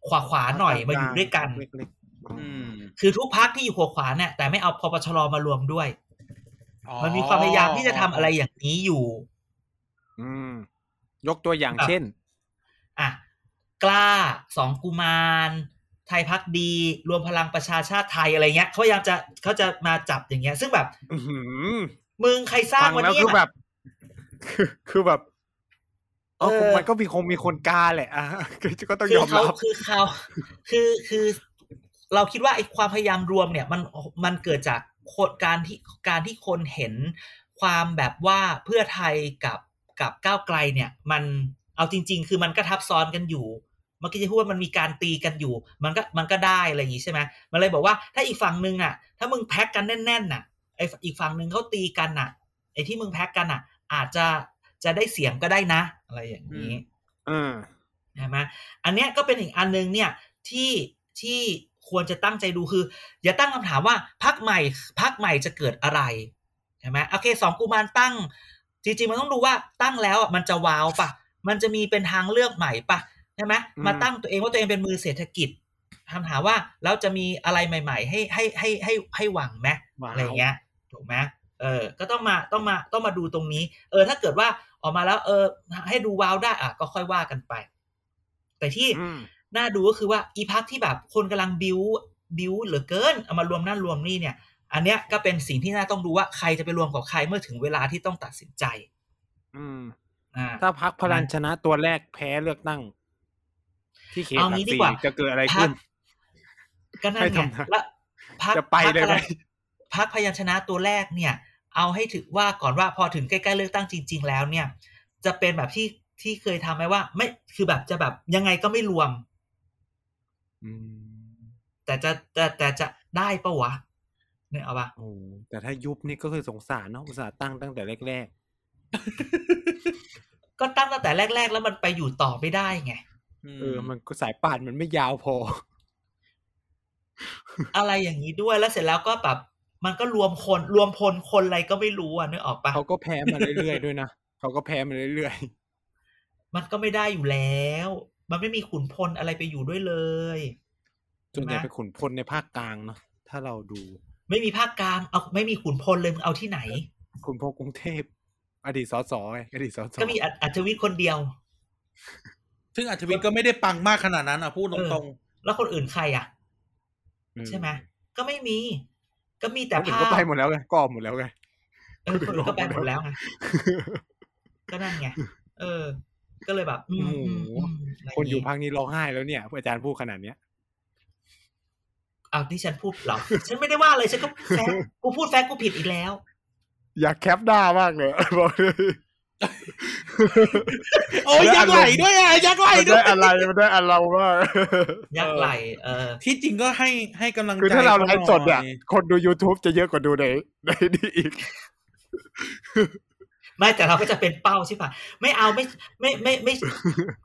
S3: ขวาขวาๆหน่อยมาอยู่ด้วยกัน
S2: เล็กๆอ๋ออ
S1: อืม
S3: คือทุกพักที่อยู่ขวาขวาๆเนี่ยแต่ไม่เอาพปชรมารวมด้วย
S1: อ๋อ
S3: มันมีความพยายามที่จะทำอะไรอย่างนี้อยู่
S2: อืม ยกตัวอย่างเช่น
S3: อ่ะ กล้า สองกุมาร ไทยพักดี รวมพลังประชาชาติไทยอะไรเงี้ยเขาพยายามจะเขาจะมาจับอย่างเงี้ย ซึ่งแบบ
S2: อื้อหือ
S3: มึงใครสร้า
S2: ฟั
S3: ง
S2: ง
S3: วัน
S2: แล้ว
S3: เนี้ย
S2: คือแบบ คือคือแบบเออ
S3: เออ
S2: มันก็มีคงมีคนกล้า [laughs] แหละอ่ะก็ก็ต้อง
S3: คื
S2: ย
S3: อ
S2: อม
S3: เขา
S2: รับ
S3: คือเขาคือคือ เราคิดว่าไอ้ความพยายามรวมเนี่ย มันมันเกิดจากคนการที่การที่คนเห็นความแบบว่าเพื่อไทยกับกับก้าวไกลเนี่ย มันเอาจริง ๆ คือมันก็ทับซ้อนกันอยู่ เมื่อกี้จะพูดว่ามันมีการตีกันอยู่ มันก็มันก็ได้อะไรอย่างงี้ใช่ไหมมันเลยบอกว่าถ้าอีกฝั่งนึงอ่ะ ถ้ามึงแพ็กกันแน่นๆน่ะไอ้อีกฝั่งนึงเขาตีกันน่ะไอ้ที่มึงแพ็กกันน่ะ อาจจะจะได้เสียงก็ได้นะ อะไรอย่างนี้
S2: เออ
S3: ใช่ไหมอันเนี้ยก็เป็นอีกอันนึงเนี่ยที่ที่ควรจะตั้งใจดูคือ อย่าตั้งคำถามว่าพักใหม่พักใหม่จะเกิดอะไรใช่ไหมโอเคสองกุมารตั้ง จริงๆมันต้องดูว่าตั้งแล้วอ่ะมันจะว้าวปะมันจะมีเป็นทางเลือกใหม่ปะใช่ไหม
S2: อืม
S3: มาตั้งตัวเองว่าตัวเองเป็นมือเศรษฐกิจคำถามว่าแล้วจะมีอะไรใหม่ ๆ ให้ให้ให้ให้ให้หวังไหม อะไรอย่างเงี้ยถูกไหมเออ ก็ต้องมาต้องมาต้องมาดูตรงนี้ เออ ถ้าเกิดว่าออกมาแล้ว เออ ให้ดูว้าวได้อ่ะก็ค่อยว่ากันไป แต่ที่
S2: อืม
S3: น่าดูก็คือว่าอีพักที่แบบคนกำลังบิวบิวเหลือเกินเอามารวมนั่นรวมนี่เนี่ย อันเนี้ยก็เป็นสิ่งที่น่าต้องดูว่าใครจะไปรวมกับใครเมื่อถึงเวลาที่ต้องตัดสินใจ
S2: อืม
S3: อ่า
S2: ถ้าพักพลังชนะตัวแรกแพ้เลือกตั้ง ที่เขตห
S3: เอา
S2: ลัก
S3: งี้ดี
S2: สี่
S3: กว่า
S2: จะเกิดอะไร
S3: พั
S2: ขึ้น
S3: ก็นั่น
S2: ให้
S3: ไง
S2: ทำนะ
S3: แล้วพัก
S2: จะไปเลยไหม
S3: พักพยัญชนะตัวแรกเนี่ย เอาให้ถึงว่าก่อนว่าพอถึงใกล้ๆเลือกตั้งจริง ๆ แล้วเนี่ย จะเป็นแบบที่ที่เคยทำไหมว่า ไม่คือแบบจะแบบยังไงก็ไม่รวม
S2: อืม
S3: แต่จะแต่แต่จะได้ปะวะเนี่ยเอาปะ
S2: โอ้โหแต่ถ้ายุบนี่ก็คือสงสารเนาะอุตสาห์ตั้งตั้งแต่แรก
S3: ก็ตั้งตั้งแต่แรก ๆ แล้วมันไปอยู่ต่อไม่ได้
S2: [laughs]
S3: ไง
S1: อื
S2: ๆ
S1: ม
S2: เออมันก็สายป่านมันไม่ยาวพอ
S3: อะไรอย่างนี้ด้วยแล้วเสร็จแล้วก็แบบมันก็รวมคนรวมพลคนอะไรก็ไม่รู้อ่ะนึกออกปะ
S2: เขาก็แพ้มาเรื่อยๆด้วยนะเขาก็แพ้มาเรื่อย
S3: มันก็ไม่ได้อยู่แล้ว มันไม่มีขุนพลอะไรไปอยู่ด้วยเลย
S2: ๆจนใหญ่เป็นขุนพลในภาคกลางเนาะถ้าเราดู
S3: ไม่มีภาคกลางเอาไม่มีขุนพลเลยมึงเอาที่ไหน
S2: ขุนพลกรุงเทพ อดีตสสไงอดีตสส
S3: ก็มีอัอัจฉวิทย์คนเดียว
S1: ซึ่งอัจฉริยะก็ไม่ได้ปังมากขนาดนั้นอ่ะพูดตรง
S3: แล้วคนอื่นใครอ่ะ
S2: เออ
S3: ใช่ไหมก็ไม่มี ก็มีแต่
S2: คนอื่น
S3: ภา
S2: ก็
S3: พ
S2: ไปหมดแล้วไงก็ออกหมดแล้วไง
S3: เออคนอื่นก็ไปหมดแล้วไงก็นั่นไงเออ ก็เลยแบบอืมอืมอืมะไราง
S2: คนอยู่
S3: งี้
S2: ภาคนี้ร้องไห้แล้วเนี่ยอาจารย์พูดขนาดเนี้ย
S3: เอาที่ฉันพูดเหรอ ฉันไม่ได้ [laughs] ว่าเลยฉันก็พูดแฟกต์กูพูดแฟกต์กูผิดอีกแล้ว
S2: อยากแคปหน้ามาก
S3: [laughs]
S2: เลยบอกเลย
S1: โอ้ย
S2: แล้ว
S1: ยักษ์ไหล
S2: อารมณ์
S1: ด้วยอ่ะยักษ์ไหล
S2: มัน
S1: ด้ว
S2: ได้
S1: ย
S2: อะไรมันได้อะไรม [laughs] าก
S3: ยักษ์ไหลเออ
S1: ที่จริงก็ให้ให้กำลังใจ
S2: คือถ้าเรา
S1: ขห
S2: ไล
S1: น่ย
S2: ฟ์สดเนี่ยคนดู YouTube จะเยอะกว่าดูในในนี่อีก
S3: ไม่แต่เราก็จะเป็นเป้าใช่ปะไม่เอาไม่ไม่ไม่ไม่ไม่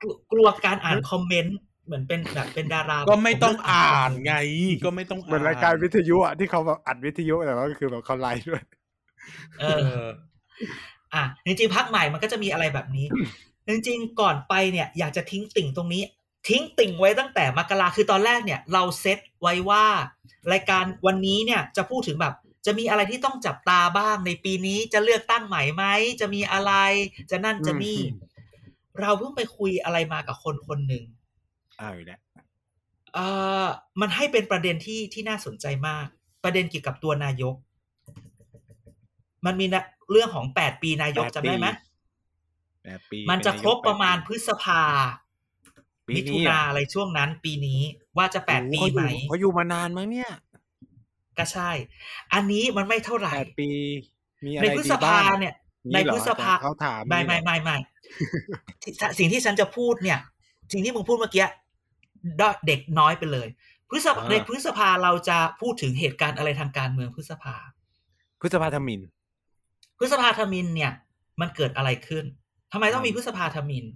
S3: กลัวกลัวการอ่านคอมเมนต์เหมือนเป็นแบบเป็นดารา
S1: ก็ไม่ต้องอ่านไง ก็ไม่ต้อง
S2: เหมือนรายการวิทยุอ่ะที่เขาแบบอัดวิทยุแต่ว่าก็คือแบบเขาไลฟ์ด้วย
S3: เอ
S1: เอ
S3: อ
S1: อ
S3: อ่ะจริงๆพักใหม่มันก็จะมีอะไรแบบนี้ จริงๆก่อนไปเนี่ยอยากจะทิ้งติ่งตรงนี้ ทิ้งติ่งไว้ตั้งแต่มกราคือตอนแรกเนี่ย เราเซตไว้ว่ารายการวันนี้เนี่ยจะพูดถึงแบบ จะมีอะไรที่ต้องจับตาบ้างในปีนี้จะเลือกตั้งใหม่ไหมจะมีอะไร จะนั่นจะนี่
S2: อืม
S3: เราเพิ่งไปคุยอะไรมากับคนคนหนึ่ง
S2: เอาอีกแล้ว
S3: เอ่อมันให้เป็นประเด็นที่ที่น่าสนใจมาก ประเด็นเกี่ยวกับตัวนายก มันมีนะเรื่องของแปดปีนายกจำได้ไหม
S2: แปดปี
S3: มันจะครบประมาณพฤษภา
S2: ปี
S3: มิถุ
S2: นี้เหร
S3: นา
S2: อ
S3: อะไรช่วงนั้น ปีนี้ว่าจะแปดปี
S2: เขาอ
S3: ไหม
S2: ยู่เขาอยู่มานานมั้งเนี่ย
S3: ก็ใช่ อันนี้มันไม่เท่าไหร่
S2: แปดปี มีอะไร
S3: ในพฤ
S2: ดี
S3: ษ
S2: บ้า
S3: ภาง เนี่ย ใน
S2: นี่เหรอ
S3: พฤษภา
S2: เขาถาม
S3: ไม่ไม่ไม่ไม่ที่
S2: [laughs]
S3: สิ่งที่ฉันจะพูดเนี่ย สิ่งที่มึงพูดเมื่อกี้เด็กน้อยไปเลย พฤษภาในพฤษภาเราจะพูดถึงเหตุการณ์อะไรทางการเมืองพฤษภา
S2: พฤษภาธมิน
S3: พฤษภาธมินเนี่ย มันเกิดอะไรขึ้นทำไมต้องมีพฤษภาธมิน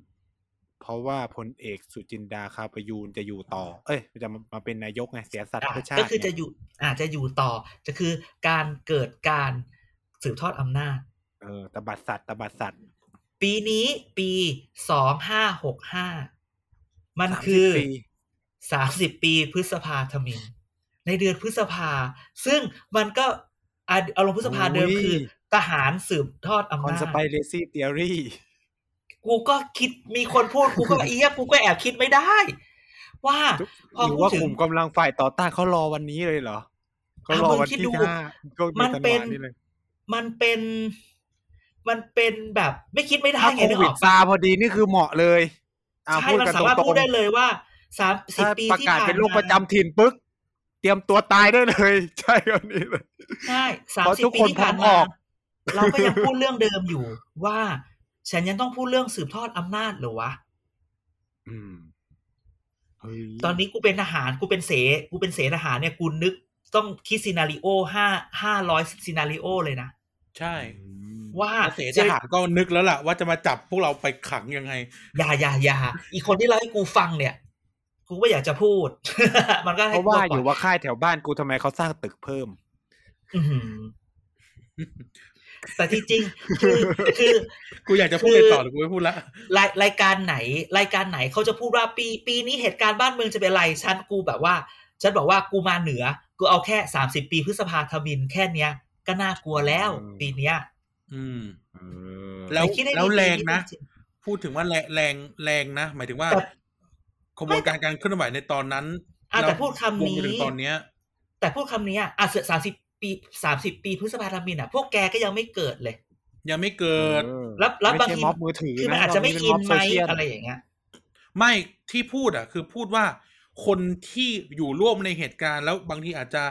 S2: เพราะว่าพลเอกสุจินดาคาประยูนจะอยู่ต่อ เอ้ยจะมามาเป็นนายกไงเสียสัตว์เพื่อชาติ
S3: ก็คือจะ
S2: ไง
S3: อยู่อาจจะอยู่ต่อ จะคือการเกิดการสืบทอดอำนาจ
S2: เออตบัดสัตว์ตบัดสัตว์
S3: ปีนี้ปีสองห้าหกห้ามัน
S2: สามสิบ
S3: คือ
S2: ปี
S3: สามสิบปีพฤษภาธมิน ในเดือนพฤษภา ซึ่งมันก็อ่ะอารมณ์พฤษภาเดิมคือทหารสืบทอดอำ
S2: คอน
S3: นาจ
S2: สไปเรซี่เทอรี่
S3: กูก็คิดมีคนพูดกูก็ เอี้ยกูก็แอบคิดไม่ได้ ว่าพอ
S2: หรือ
S3: พูด
S2: ว่า
S3: ถึ
S2: ก
S3: ง
S2: ลุ่มกำลังฝ่ายต่อต้านเขารอวันนี้เลยเหรอเขารอวัน
S3: อ่ะมึงคิดดู
S2: ที่ห้าก็ดือ
S3: มัน
S2: ธัน
S3: เป็น
S2: วานี่เลย
S3: มันเป็นมันเป็นแบบไม่คิดไม่ได้
S2: ถ้า
S3: ไง
S2: โค
S3: นึก
S2: วิ
S3: อ
S2: ด
S3: อก
S2: ซาพอดีนี่คือเหมาะเลยอ่ะ
S3: ใช่
S2: พูด
S3: มัน
S2: กัน
S3: สา
S2: ตร
S3: มารถ
S2: ง
S3: พูดได้เลยว่าสาม
S2: ๆ
S3: สิบ
S2: ถ้า
S3: ปี
S2: ประ
S3: ที่
S2: กาศ
S3: ผ่าน
S2: เป็นโรค
S3: มา
S2: ประจำถิ่นปึ๊กเตรียมตัวตายได้เลย [laughs] ใช่คนนี้เลย
S3: ใช่สาม
S2: เพราะ
S3: สิบ
S2: ทุก
S3: ปี
S2: คน
S3: ที่ผ่าน
S2: พร้อมอ
S3: มา
S2: อก
S3: เราก็ยังพูดเรื่องเดิมอยู่ ว่าฉันยังต้องพูดเรื่องสืบทอดอำนาจเหรอวะ
S2: อืมเฮ้ย
S3: ตอนนี้กูเป็นทหารกูเป็นเสกูเป็นเสทหารเนี่ยกูนึกต้องคิดซีนารีโอห้าห้าร้อยซีนารีโอเลยนะ
S1: ใช่
S2: อืม
S3: ว่า
S1: เสทหารก็นึกแล้วล่ะ ว่าจะมาจับพวกเราไปขังยังไง
S3: อย่าอย่าอย่าอีกคนที่เล่าให้กูฟังเนี่ย กูก็อยากจะพูด [laughs] มันก็ให้
S2: เขา
S3: กู
S2: ว่า
S3: ก่น
S2: อยู่ว่าค่ายแถวบ้านกูทำไมเขาสร้างตึกเพิ่ม
S3: อื้อหือแต่ที่จริง คือคือ
S1: กูอยากจะพูด
S3: คือ
S1: ไปต่อแต่กูไม่พูดละ
S3: รายรายการไหน รายการไหนเขาจะพูดว่าปี ปีนี้เหตุการณ์บ้านเมืองจะเป็นอะไรฉันกูแบบว่า ฉันบอกว่ากูมาเหนือ กูเอาแค่สามสิบปีพฤษภาธมินแค่เนี้ย ก็น่ากลัวแล้ว
S2: อืม
S3: ปีเนี้ย
S1: อืม
S2: เออ
S1: แล้ว
S3: ต่คิดได้ดี
S1: แล้วแรงนะ
S3: จริง
S1: พูดถึงว่าแรงแรงแรงนะ หมายถึงว่า
S3: แต่
S1: ขบวนการการเคลื่อนไหวในตอนนั้น
S3: ๆอ่ะแต่พูดคำ
S1: วง
S3: นี้
S1: ไปถึงตอนเนี้ย
S3: แต่พูดคำนี้อ่ะอ่ะสามสิบปีสามสิบปีพฤษภาธมินอ่ะ พวกแกก็ยังไม่เกิดเลย
S1: ยังไม่เกิด
S2: เออ
S3: แล้วแล้ว
S2: ไม่
S3: บาง
S2: ใช่
S3: ที
S2: ม็อบมือถือ
S3: คือมัน
S2: นะ
S3: อาจจะไม่
S2: รบ
S3: อิ
S2: บ
S3: นไห
S2: โซ
S3: ม
S2: เชียล
S3: อะไรอย่างเงี้ย
S1: ไม่ที่พูดอ่ะ คือพูดว่าคนที่อยู่ร่วมในเหตุการณ์แล้วบางทีอาจจะ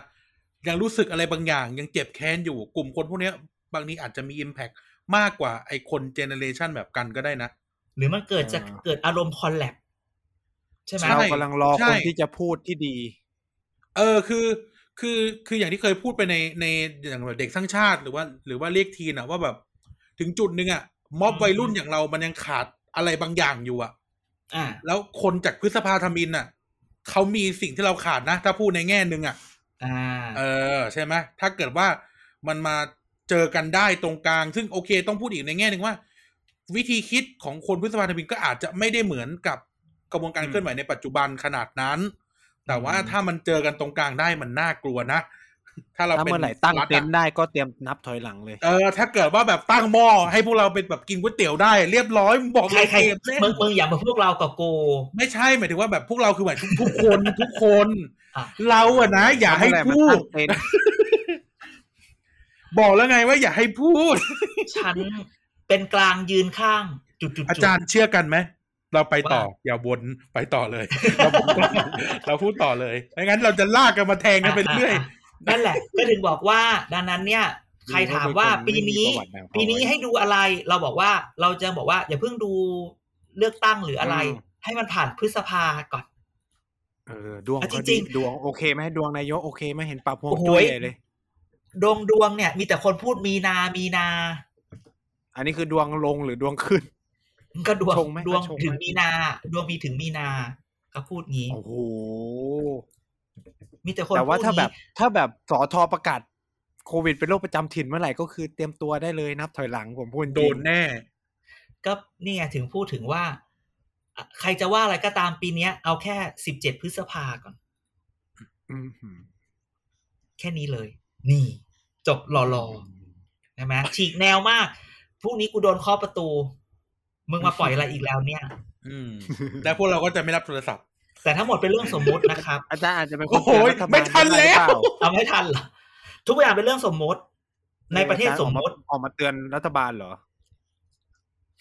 S1: ยังรู้สึกอะไรบางอย่าง ยังเจ็บแค้นอยู่กลุ่มคนพวกเนี้ย บางทีอาจจะมี Impact มากกว่าไอ้คนเจเนเรชันแบบกันก็ได้นะ
S3: หรือมันเกิดจาก
S2: อ่า
S3: เกิดอารมณ์คอลแลบใช่ไหม
S1: ใช่
S2: เรากำลังรอ
S1: ใช่
S2: คนที่จะพูดที่ดี
S1: เออคือคือคืออย่างที่เคยพูดไปในในอย่างแบบเด็กสร้างชาติหรือว่า หรือว่าเรียกทีนอะว่าแบบ ถึงจุดหนึ่งอะม็อบวัยรุ่นอย่างเรามันยังขาดอะไรบางอย่างอยู่อะ
S3: อ่า
S1: แล้วคนจากพฤษภาธมินอะเขามีสิ่งที่เราขาดนะ ถ้าพูดในแง่หนึ่งอะ
S3: อ่า
S1: เออใช่ไหมถ้าเกิดว่ามันมาเจอกันได้ตรงกลาง ซึ่งโอเคต้องพูดอีกในแง่หนึ่งว่า วิธีคิดของคนพฤษภาธมินก็อาจจะไม่ได้เหมือนกับกระบวนการ
S3: อืม
S1: เคลื่อนไหวในปัจจุบันขนาดนั้น แต่ว่า
S3: อืม
S1: ถ้ามันเจอกันตรงกลางได้มันน่ากลัวนะ ถ้าเรา
S2: ถ้า
S1: เป็น
S2: เมื่อไหร่ตั้ง
S1: รัฐ
S2: เต็นท์
S1: อะ
S2: ได้ก็เตรียมนับถอยหลังเลย
S1: เออถ้าเกิดว่าแบบตั้งหม้อให้พวกเราเป็นแบบกินก๋วยเตี๋ยวได้ เรียบร้อยบอก
S3: ใคร
S1: เลย
S3: ใคร
S1: เกมเล่น
S3: มึงมึงอย่ามาพวกเรากับกู
S1: ไม่ใช่หมายถึงว่าแบบพวกเราคือหมายถึงทุกคนทุกคน
S3: อ่ะ
S1: เราอะนะ อย่าให้
S2: ถ้เมื่
S1: พู
S2: อไหร่
S1: ด
S2: มันตั้งเต็นท์
S1: บอกแล้วไงว่าอย่าให้พูด
S3: ฉันเป็นกลางยืนข้าง จุดจุด
S1: อาจารย์เชื่อกันไหม เราไปต่ออย่าวนไปต่อเลย เราพูดต่อเราพูดต่อเลยไม่งั้นเราจะลากกันมาแทงกันไปเรื่อย
S3: นั่นแหละ ก็ถึงบอกว่าดังนั้นเนี่ย ใครถามว่าปีนี้ ปีนี้ให้ดูอะไร เราบอกว่าเราจะบอกว่า อย่าเพิ่งดูเลือกตั้งหรืออะไร
S2: อืม
S3: ให้มันผ่านพฤษภาก่อน
S2: เออดวง
S3: อ่ะ
S2: เขา
S3: จริ
S2: ดี
S3: งๆ
S2: ดวงโอเคไหมดวงนายกโอเคไหมเห็นปากพวง
S3: โอ้โห
S2: จุ้ยใหญ่เลย
S3: ดวงดวงเนี่ย มีแต่คนพูดมีนา มีนา
S2: อันนี้คือดวงลงหรือดวงขึ้น
S3: ก็ดวง
S2: ชงไหม
S3: ดวง
S2: ชงไหม
S3: ถึงมีนา ดวงมีถึงมีนา ก็พูดงี้
S2: โอ้โห
S3: มีแต่คน
S2: แต่ว่า
S3: พูด
S2: ถ้าแบบ
S3: งี้
S2: ถ้าแบบสอทอประกาศโควิดเป็นโรคประจำถิ่นเมื่อไหร่ก็คือเตรียมตัวได้เลยนับถอยหลังผมพูดจริง
S1: โดนแน่
S3: ก็นี่ไงถึงพูดถึงว่าอ่ะใครจะว่าอะไรก็ตามปีเนี้ย เอาแค่สิบเจ็ดพฤษภาก่อน
S2: อื้อหือ
S3: แค่นี้เลย นี่ จบหล่อๆใช่ไหมฉีกแนวมากพรุ่งนี้กูโดนเคาะประตู มึงมาปล่อยอะไรอีกแล้วเนี่ย
S1: อืมแต่พวกเราก็จะไม่รับโทรศัพท์
S3: แต่ทั้งหมดเป็นเรื่องสมมุตินะครับ
S2: อาจารย์อาจจะเป็นค
S1: โอ้
S2: น
S1: โห
S2: เตือนรัฐบาล
S1: ไม่ทันแล้ว
S2: ได้หรือเปา
S3: เอาไม่ทันเหรอทุกอย่างเป็นเรื่องสมมติ ในประเทศสมมติ
S2: ออกมาเตือนรัฐบาลเหรอ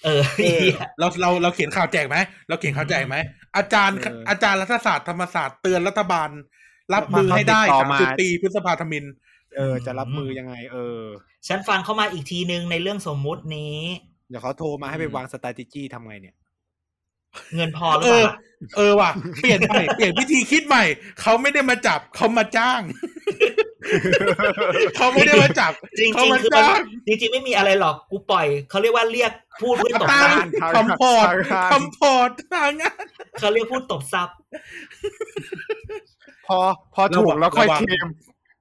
S3: เออเหี้ย
S1: เราเราเราเขียนข่าวแจกไหมเราเขียนข่าวแจกไหมอาจารย์
S2: เออ
S1: อาจารย์รัฐศาสตร์ธรรมศาสตร์เตือนรัฐบาล รับมือให้ได้
S2: มาเข้าติดต่อ
S1: สาม
S2: มา
S1: สิบปีพฤษภาธมิน
S2: เออจะรับมือยังไง เออ
S3: ฉันฟังเข้ามาอีกทีนึงในเรื่องสมมุตินี้
S2: เดี๋ยวเขาโทรมาให้ไป
S1: อืม
S2: วางสต r a t e g y ทำไงเนี่ย
S3: เงินพอห
S1: เอ
S3: รือเป
S1: อ
S3: ล่า
S1: เออว่ะเปลี่ยนใหม่เปลี่ยนวิธีคิดใหม่ เขาไม่ได้มาจับเขามาจ้าง เขาไม่ได้มา [laughs] จับ
S3: จริง
S1: เขา
S3: จริง
S1: มา
S3: ๆคือมัน
S1: จ้าง
S3: จริงๆไม่มีอะไรหรอกกูปล่อย เขาเรียกว่าเรียกพูดเพื่อ
S1: มา
S3: ตบ
S1: ตั้
S3: ซั
S1: ง
S3: บ
S2: งาน
S1: คำพอร์ต
S2: ทางงาน
S1: คำพอร์ตทางงาน
S3: เขาเรียกพูดตบซับ
S2: พอพอถูก
S1: ระวัง
S2: แล้วค่อย
S1: ระวัง
S2: เคลม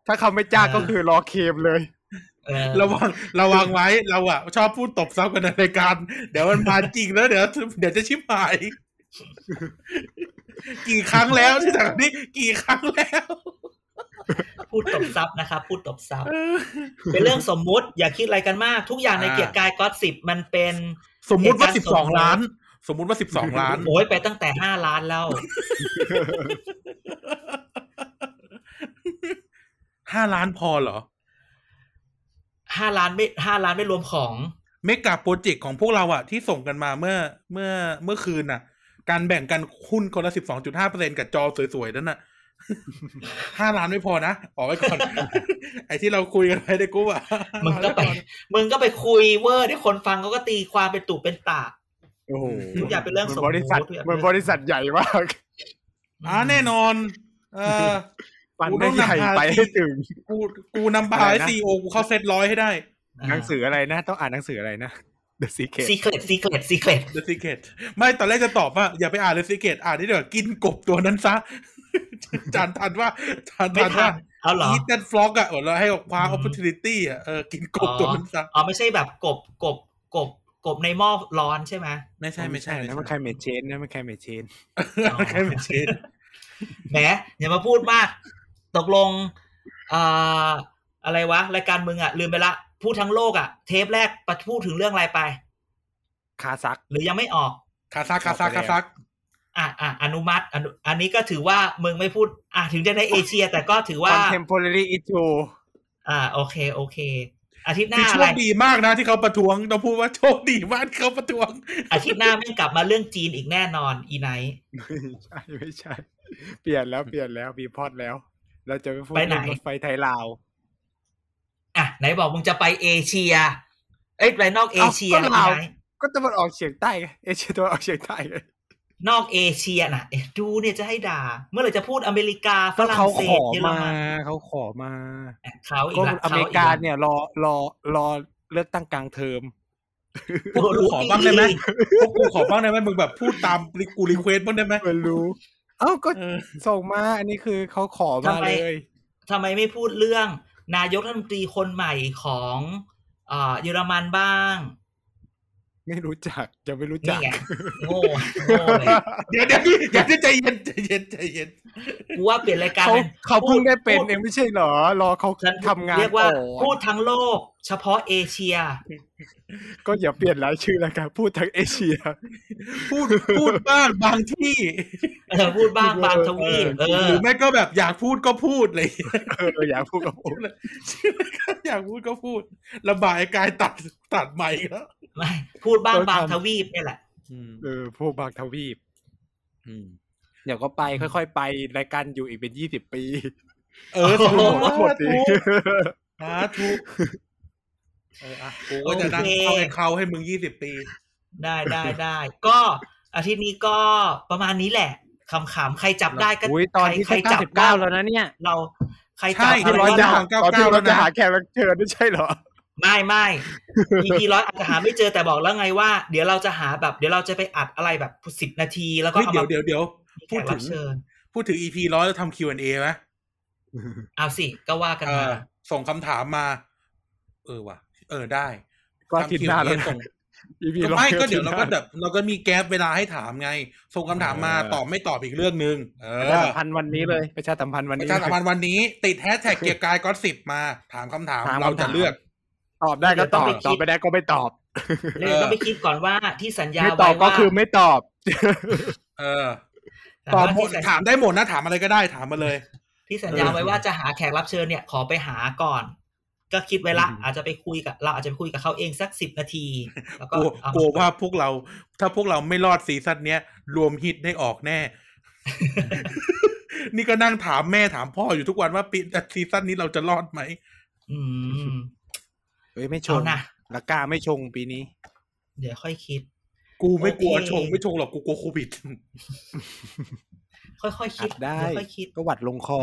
S2: ถ้าเขาไม่จ้าง
S3: เออ
S2: ก็คือรอเคลมเลย
S3: เออ
S1: ระวังระวังไว้เราอะชอบพูดตบซับกันในรายการ เดี๋ยวมันมาจริงแล้วเดี๋ยวเดี๋ยวจะชิบหาย กี่ครั้งแล้วที่จากนี้กี่ครั้งแล้ว
S3: พูดตบซับนะครับพูดตบซั
S1: [laughs]
S3: บ
S1: เออ
S3: เป็นเรื่องสมมุติอย่าคิดอะไรกันมาก ทุกอย่างใน
S2: อ่า
S3: เกียรติกายก็สิบมันเป็น
S1: สมมุติว่า
S3: เห
S1: สิ
S3: ตุ
S1: บ
S3: กา
S1: ส
S3: ร
S1: อง
S3: ณ์สมมุติ
S1: ล้าน สมมุติว่าสิบสองล้าน
S3: [laughs] โอ้ยไปตั้งแต่ห้าล้านแล้ว
S1: ห้าล้านพอเหรอ
S3: ห้าล้านไม่ห้าล้านไม่รวมของ
S1: เมกะโปรเจกต์ของพวกเราอะที่ส่งกันมาเมื่อเมื่อเมื่อคืนอะการแบ่งกันหุ้นคนละสิบสองจุดห้าเปอร์เซ็นกับจอสวยๆนั่นน่ะ [laughs] ห้าล้านไม่พอนะออกไว้ก่อน [laughs] ไอ้ที่เราคุยกันไปในกรุ๊ปอะ
S3: มึงก็ไป มึงก็ไปคุยเวอร์ที่คนฟังเขาก็ตีความเป็นตุเป็นตา
S2: โอ้โห
S3: ทุกอย่างเป็นเรื่อง
S2: หมื
S3: สม
S2: บ
S3: มุติ
S2: ริษัท
S3: ทุกอย่าง
S2: เหมือน
S3: เป็น
S2: บ
S3: เรื่อง
S2: ริษัทใหญ่มาก
S1: อ่าแน่นอน เออ
S2: ปัน
S1: กูต้
S2: ไม่
S1: อง
S2: ใหญ่
S1: นำพา
S2: ไป
S1: ที
S2: ให้ถึง
S1: กูกูนำพาให้
S2: อะไรนะ
S1: ซีโอกูเข้าเซตร้อยให้ได้
S2: หนังสืออะไรนะ ต้องอ่านหนังสืออะไรนะ The Secret
S3: ซีเครตซีเครตซีเครต
S1: The Secret ไม่ตอนแรกจะตอบว่า อย่าไปอ่าน The Secret อ่านนี่เดี๋ยวกินกบตัวนั้นซะ [laughs] จานทันว่าจาน
S3: ไม่
S1: ทัน
S3: ทั
S1: ว่า
S3: นเอาเหรอ
S1: eat that frog อ่ะเราให้คว้า
S3: อืม
S1: opportunity อ่ะเออกินกบ
S3: อ๋อ
S1: ตัวนั้นซะ
S3: อ๋อไม่ใช่แบบกบกบกบกบในหม้อร้อนใช่ไหม
S1: ไม่ใช่ไม่ใช่ไม่
S2: นะ
S1: ใช่
S2: มันใครเมชเชนนะมันใครเมชเชน
S1: ใครเป็นเชน
S3: แหมอย่ามาพูดมาก ตกลงเอ่ออะไรวะ รายการมึงอ่ะ ลืมไปละ พูดทั้งโลกอ่ะ เทปแรกปะพูดถึงเรื่องอะไรไป
S2: คาซัก
S3: หรือยังไม่ออก
S1: คาซักคาซักคาซัก
S3: อ่ะอ่ะอนุมัติอนุอันนี้ก็ถือว่ามึงไม่พูด อ่ะถึงจะในเอเชีย แต่ก็ถือว่า
S2: contemporary issue
S3: อ่าโอเคโอเค อาทิตย์ห
S1: คื
S3: น้า
S1: อโช
S3: อะไร
S1: คดีมากนะที่เขาประท้วงต้องพูดว่าโชคดีมากที่เขาประท้วง
S3: อาทิตย์หน้าไม่งกลับมาเรื่องจีนอีกแน่นอนอีไนท์
S2: ไม่ [laughs] ใช่ไม่ใช่ เปลี่ยนแล้วเปลี่ยนแล้วมีพอดแล้ว เราจะไปพูด
S3: ไปไหน
S2: เรื่องรถไฟไทยลาว
S3: อ่ะไหนบอกมึงจะไปเอเชีย เอ้ยไปนอกเอเชีย
S2: าก็
S3: อี
S2: ลาว
S3: ไนท์
S2: ก็ตะวันออกเฉียงใต้ไงเอเชียตะวันออกเฉียงใต้ไง
S3: นอกเอเชียน่ะเอ๊ะดูเนี่ยจะให้ด่า เมื่อไหร่จะพูดอเมริกาฝ
S2: ก็
S3: รั่ง
S2: เขา
S3: เศ
S2: ข
S3: ส
S2: อ
S3: เยอร
S2: มา
S3: มัน
S2: เขาขอมา
S3: อ่ะเขาอี
S2: ก็
S3: กละ
S2: อเมริกาเนี่ยรอรอรอเลือกตั้งกลางเทอม
S1: พวกกูขอบ้างได้ไหมพวกกูขอบ้างได้ไหมมึงแบบพูดตามกูรีเควสบ้างได้ไหม
S2: ไม่รู้ เอ้าก็
S1: เออ
S2: ส่งมา อันนี้คือเขาขอมาเลย
S3: ทำไมไม่พูดเรื่อง นายกรัฐมนตรีคนใหม่ของอ่าเยอรมันบ้าง
S2: ไม่รู้จักจะไม่รู้จั
S3: นี่
S2: ก
S3: ไงโง่โง่เลย
S1: เดี๋ยวเดี๋ยวเดี๋ยวใจเย็นใจเย็นใจเย็น
S3: กูว่าเปลี่ยนรายการ
S2: เขา
S3: เป็น
S2: เขาเพิ่งได้เป็น
S3: พู
S2: เองไม่ใช่เหรอ รอเขา
S3: ฉัน
S2: ทำงาน
S3: เรียกว่า
S2: ก่อน
S3: พูดทั้งโลก เฉพาะเอเชีย
S2: ก็อย่าเปลี่ยนรายชื่อแล้วกันพูดทั้งเอเชีย
S1: พูดพูดบ้างบางที่
S3: เออพูดบ้างบางทวีปเออ
S1: หรือไม่ก็แบบอยากพูดก็พูดเลย
S2: เอออยากพูดกับผม
S1: อยากพูดก็พูดระบายกายตัดตัดใหม่แล้ว
S3: ไม่พูดบ้างบางทวีปเนี่ยแหละ
S1: อืม
S2: เออพวกบางทวีป
S1: อืม
S2: เดี๋ยวก็ไปค่อยๆไปรายการอยู่อีกเป็นยี่สิบปี
S1: เออสมมติ
S2: หมดดี
S1: สาธุเอออ่ะกูก็จะนั่งเข้าให้เขาให้มึงยี่สิบปี
S3: ได้ได้ได้ ก็อาทิตย์นี้ก็ประมาณนี้แหละขำๆใครจับได้ก็
S2: อุ้ยตอนที่
S3: ใคร
S2: เก้า
S3: จั
S2: สิบเก้าแล้วนะเนี่ย
S3: เราใคร
S1: ใช่ [laughs]
S3: จับ
S1: ที่ร้อย
S3: ะไ
S1: เก้า
S2: ตอนที่เราจะหาแขกรับเชิญไม่ใช่เหร [laughs] อ
S3: ไม่ไม่ EP ร้อยอาจจะหาไม่เจอแต่บอกแล้วไงว่า เดี๋ยวเราจะหาแบบ เดี๋ยวเราจะไปอัดอะไรแบบสิบนาทีแล้วก็
S1: เฮ้ย
S3: เอา
S1: เดี๋ย
S3: มาว
S1: เดี๋ยวเดี๋ยวพู
S3: พู
S1: ด
S3: ด
S1: ถึ
S3: ถึ
S1: ง
S3: งเชิญ
S1: พูดถึง EP ร้อยแล้วทำ Q&A ไหม
S3: เอาสิก็ว่ากัน
S1: เอ
S3: มา
S1: อ ส่งคำถามมา เออว่ะ เออได้
S2: ก็อาทิตย์หน้าแล้ว
S1: ทำ Q&A
S2: นะ
S1: ส่ง
S2: EP
S1: ก็
S2: ร้อ
S1: ไม่
S2: ย
S1: ก็เดี๋ยวเราก็
S2: อาทิตหน้
S1: แบบเราก็มีแก๊ปเวลาให้ถามไง ส่งคำถามมา
S2: เออ
S1: ตอบไม่ตอบอีกเรื่องหนึ่งเอ
S2: ป
S1: อ
S2: ระชาสัมพันธ์วันนี้เลยประชาสัมพันธ์วัน
S1: ประ
S2: นี้
S1: ชาสัมพันธ์วันนี้ ติดแฮชแท็กเกียร์กายก็สิบมา ถามคำถาม
S2: ถม
S1: เรา
S2: คำถ
S1: จะ
S2: ม
S1: เลือก
S2: ตอบได้ก็ตอบตอบไม่ได้ก็ไม่ตอบ
S3: เดี๋ยวต้องไปคิดก่อนว่าที่สัญญา
S2: ไม่ต
S3: ไว้
S2: อบก็
S3: ว่า
S2: คือไม่ตอบ
S1: เออ
S2: ตอบ
S3: ว่า
S1: หมด
S3: ที่สัญ
S1: ถามได้หมดนะ ถามอะไรก็ได้ถามมาเลย
S3: ที่สัญญาไว้ว่าจะหาแขกรับเชิญเนี่ยขอไปหาก่อน ก็คิดไว้ละ
S2: อืม
S3: อาจจะไปคุยกับ เราอาจจะไปคุยกับเขาเองสักสิบนาที แล้วก็
S1: กลัว
S3: เอา
S1: กลัวว่าพวกเรา ถ้าพวกเราไม่รอดซีซั่นเนี้ย รวมฮิตได้ออกแน่ [laughs] นี่ก็นั่งถามแม่ถามพ่ออยู่ทุกวันว่าปีซีซั่นนี้เราจะรอดไหม
S3: อืม
S2: เอ้ยไม่ช
S3: เอา
S2: ง
S3: นะ
S2: ละกาไม่ชงปีนี้
S3: เดี๋ยวค่อยคิด
S1: กูไม่กลัว
S3: โอเค
S1: ชงไม่ชงหรอกกูกลัวโควิด
S3: ค่อยๆคิด
S2: ได้
S3: เยวค่อยคิด
S2: ก็หวัดลงคอ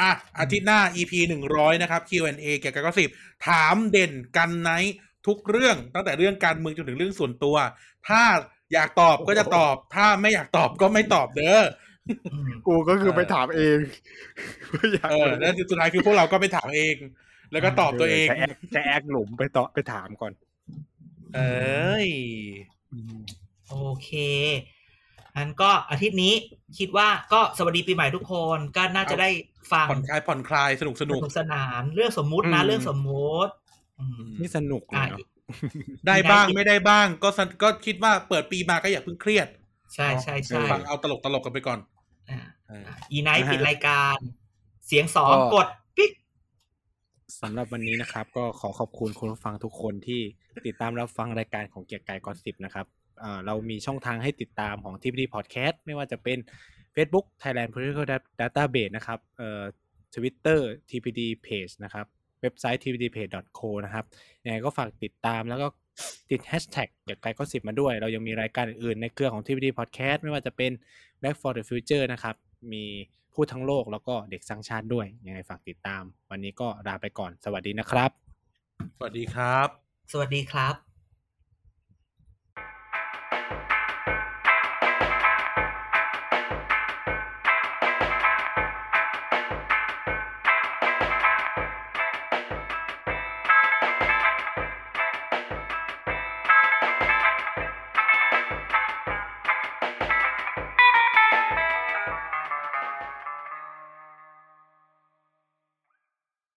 S1: อ่ะอาทิตย์หน้า EP หนึ่งร้อยนะครับ Q&A เกี่ยวกับก็สิบถามเด่นกันไนท์ทุกเรื่องตั้งแต่เรื่องการเมืองจนถึงเรื่องส่วนตัว ถ้าอยากตอบก็จะตอบ ถ้าไม่อยากตอบก็ไม่ตอบเด้อ
S3: อืม
S2: กูก็คือ
S1: เออ
S2: ไปถามเอง [laughs] ไม่อยาก
S1: เออแล้วสุดท้ายคือพวกเราก็ไปถามเอง แล้วก็ตอบตัวเอง
S2: จะแอกจะแอกหลุมไปตอไปถามก่อน
S1: เอ้ย
S3: โอเคงั้นก็อาทิตย์นี้คิดว่าก็สวัสดีปีใหม่ทุกคนก็น่าจะได้ฟัง
S1: ผ่อนคลายผ่อนคลายสนุกส
S3: ส
S1: นุก
S3: นุกสนาน เรื่องสมมุตินะ
S1: อืม
S3: เรื่องสมมุติอืม
S2: นี่สนุกเล
S3: อ่ะ
S2: ยเนาะ
S1: ได้บ้างไม่ได้บ้าง ก็สนก็คิดว่าเปิดปีมาก็อย่าเพิ่งเครียด
S3: ใช่ใช่ใช่
S1: ฟังเอาตลกตลกๆกันไปก่อน
S3: อ่ะ
S1: เออ
S3: อีไนท์ปิดรายการ เสียงสองกดปิ๊ก
S2: สำหรับวันนี้นะครับ ก็ขอขอบคุณคุณผู้ฟังทุกคนที่ติดตามรับฟังรายการของเกียร์กายกอสิบนะครับอ่าเรามีช่องทางให้ติดตามของที p ดีพอดแคสต์ไม่ว่าจะเป็น Facebook Thailand Political Database นะครับเอ่อ Twitter TPD Page นะครับ เว็บไซต์ tpdpage.co นะครับ ยังไงก็ฝากติดตามแล้วก็ติดแฮชแท็กเกียร์กายก็สิบมาด้วย เรายังมีรายการอื่นๆในเครือของ TPD Podcast ไม่ว่าจะเป็น Back for the Future นะครับ มีพูดทั้งโลกแล้วก็เด็กสร้างชาติด้วย ยังไงฝากติดตาม วันนี้ก็ลาไปก่อน สวัสดีนะครับ
S1: สวัสดีครับ
S3: สวัสดีครับ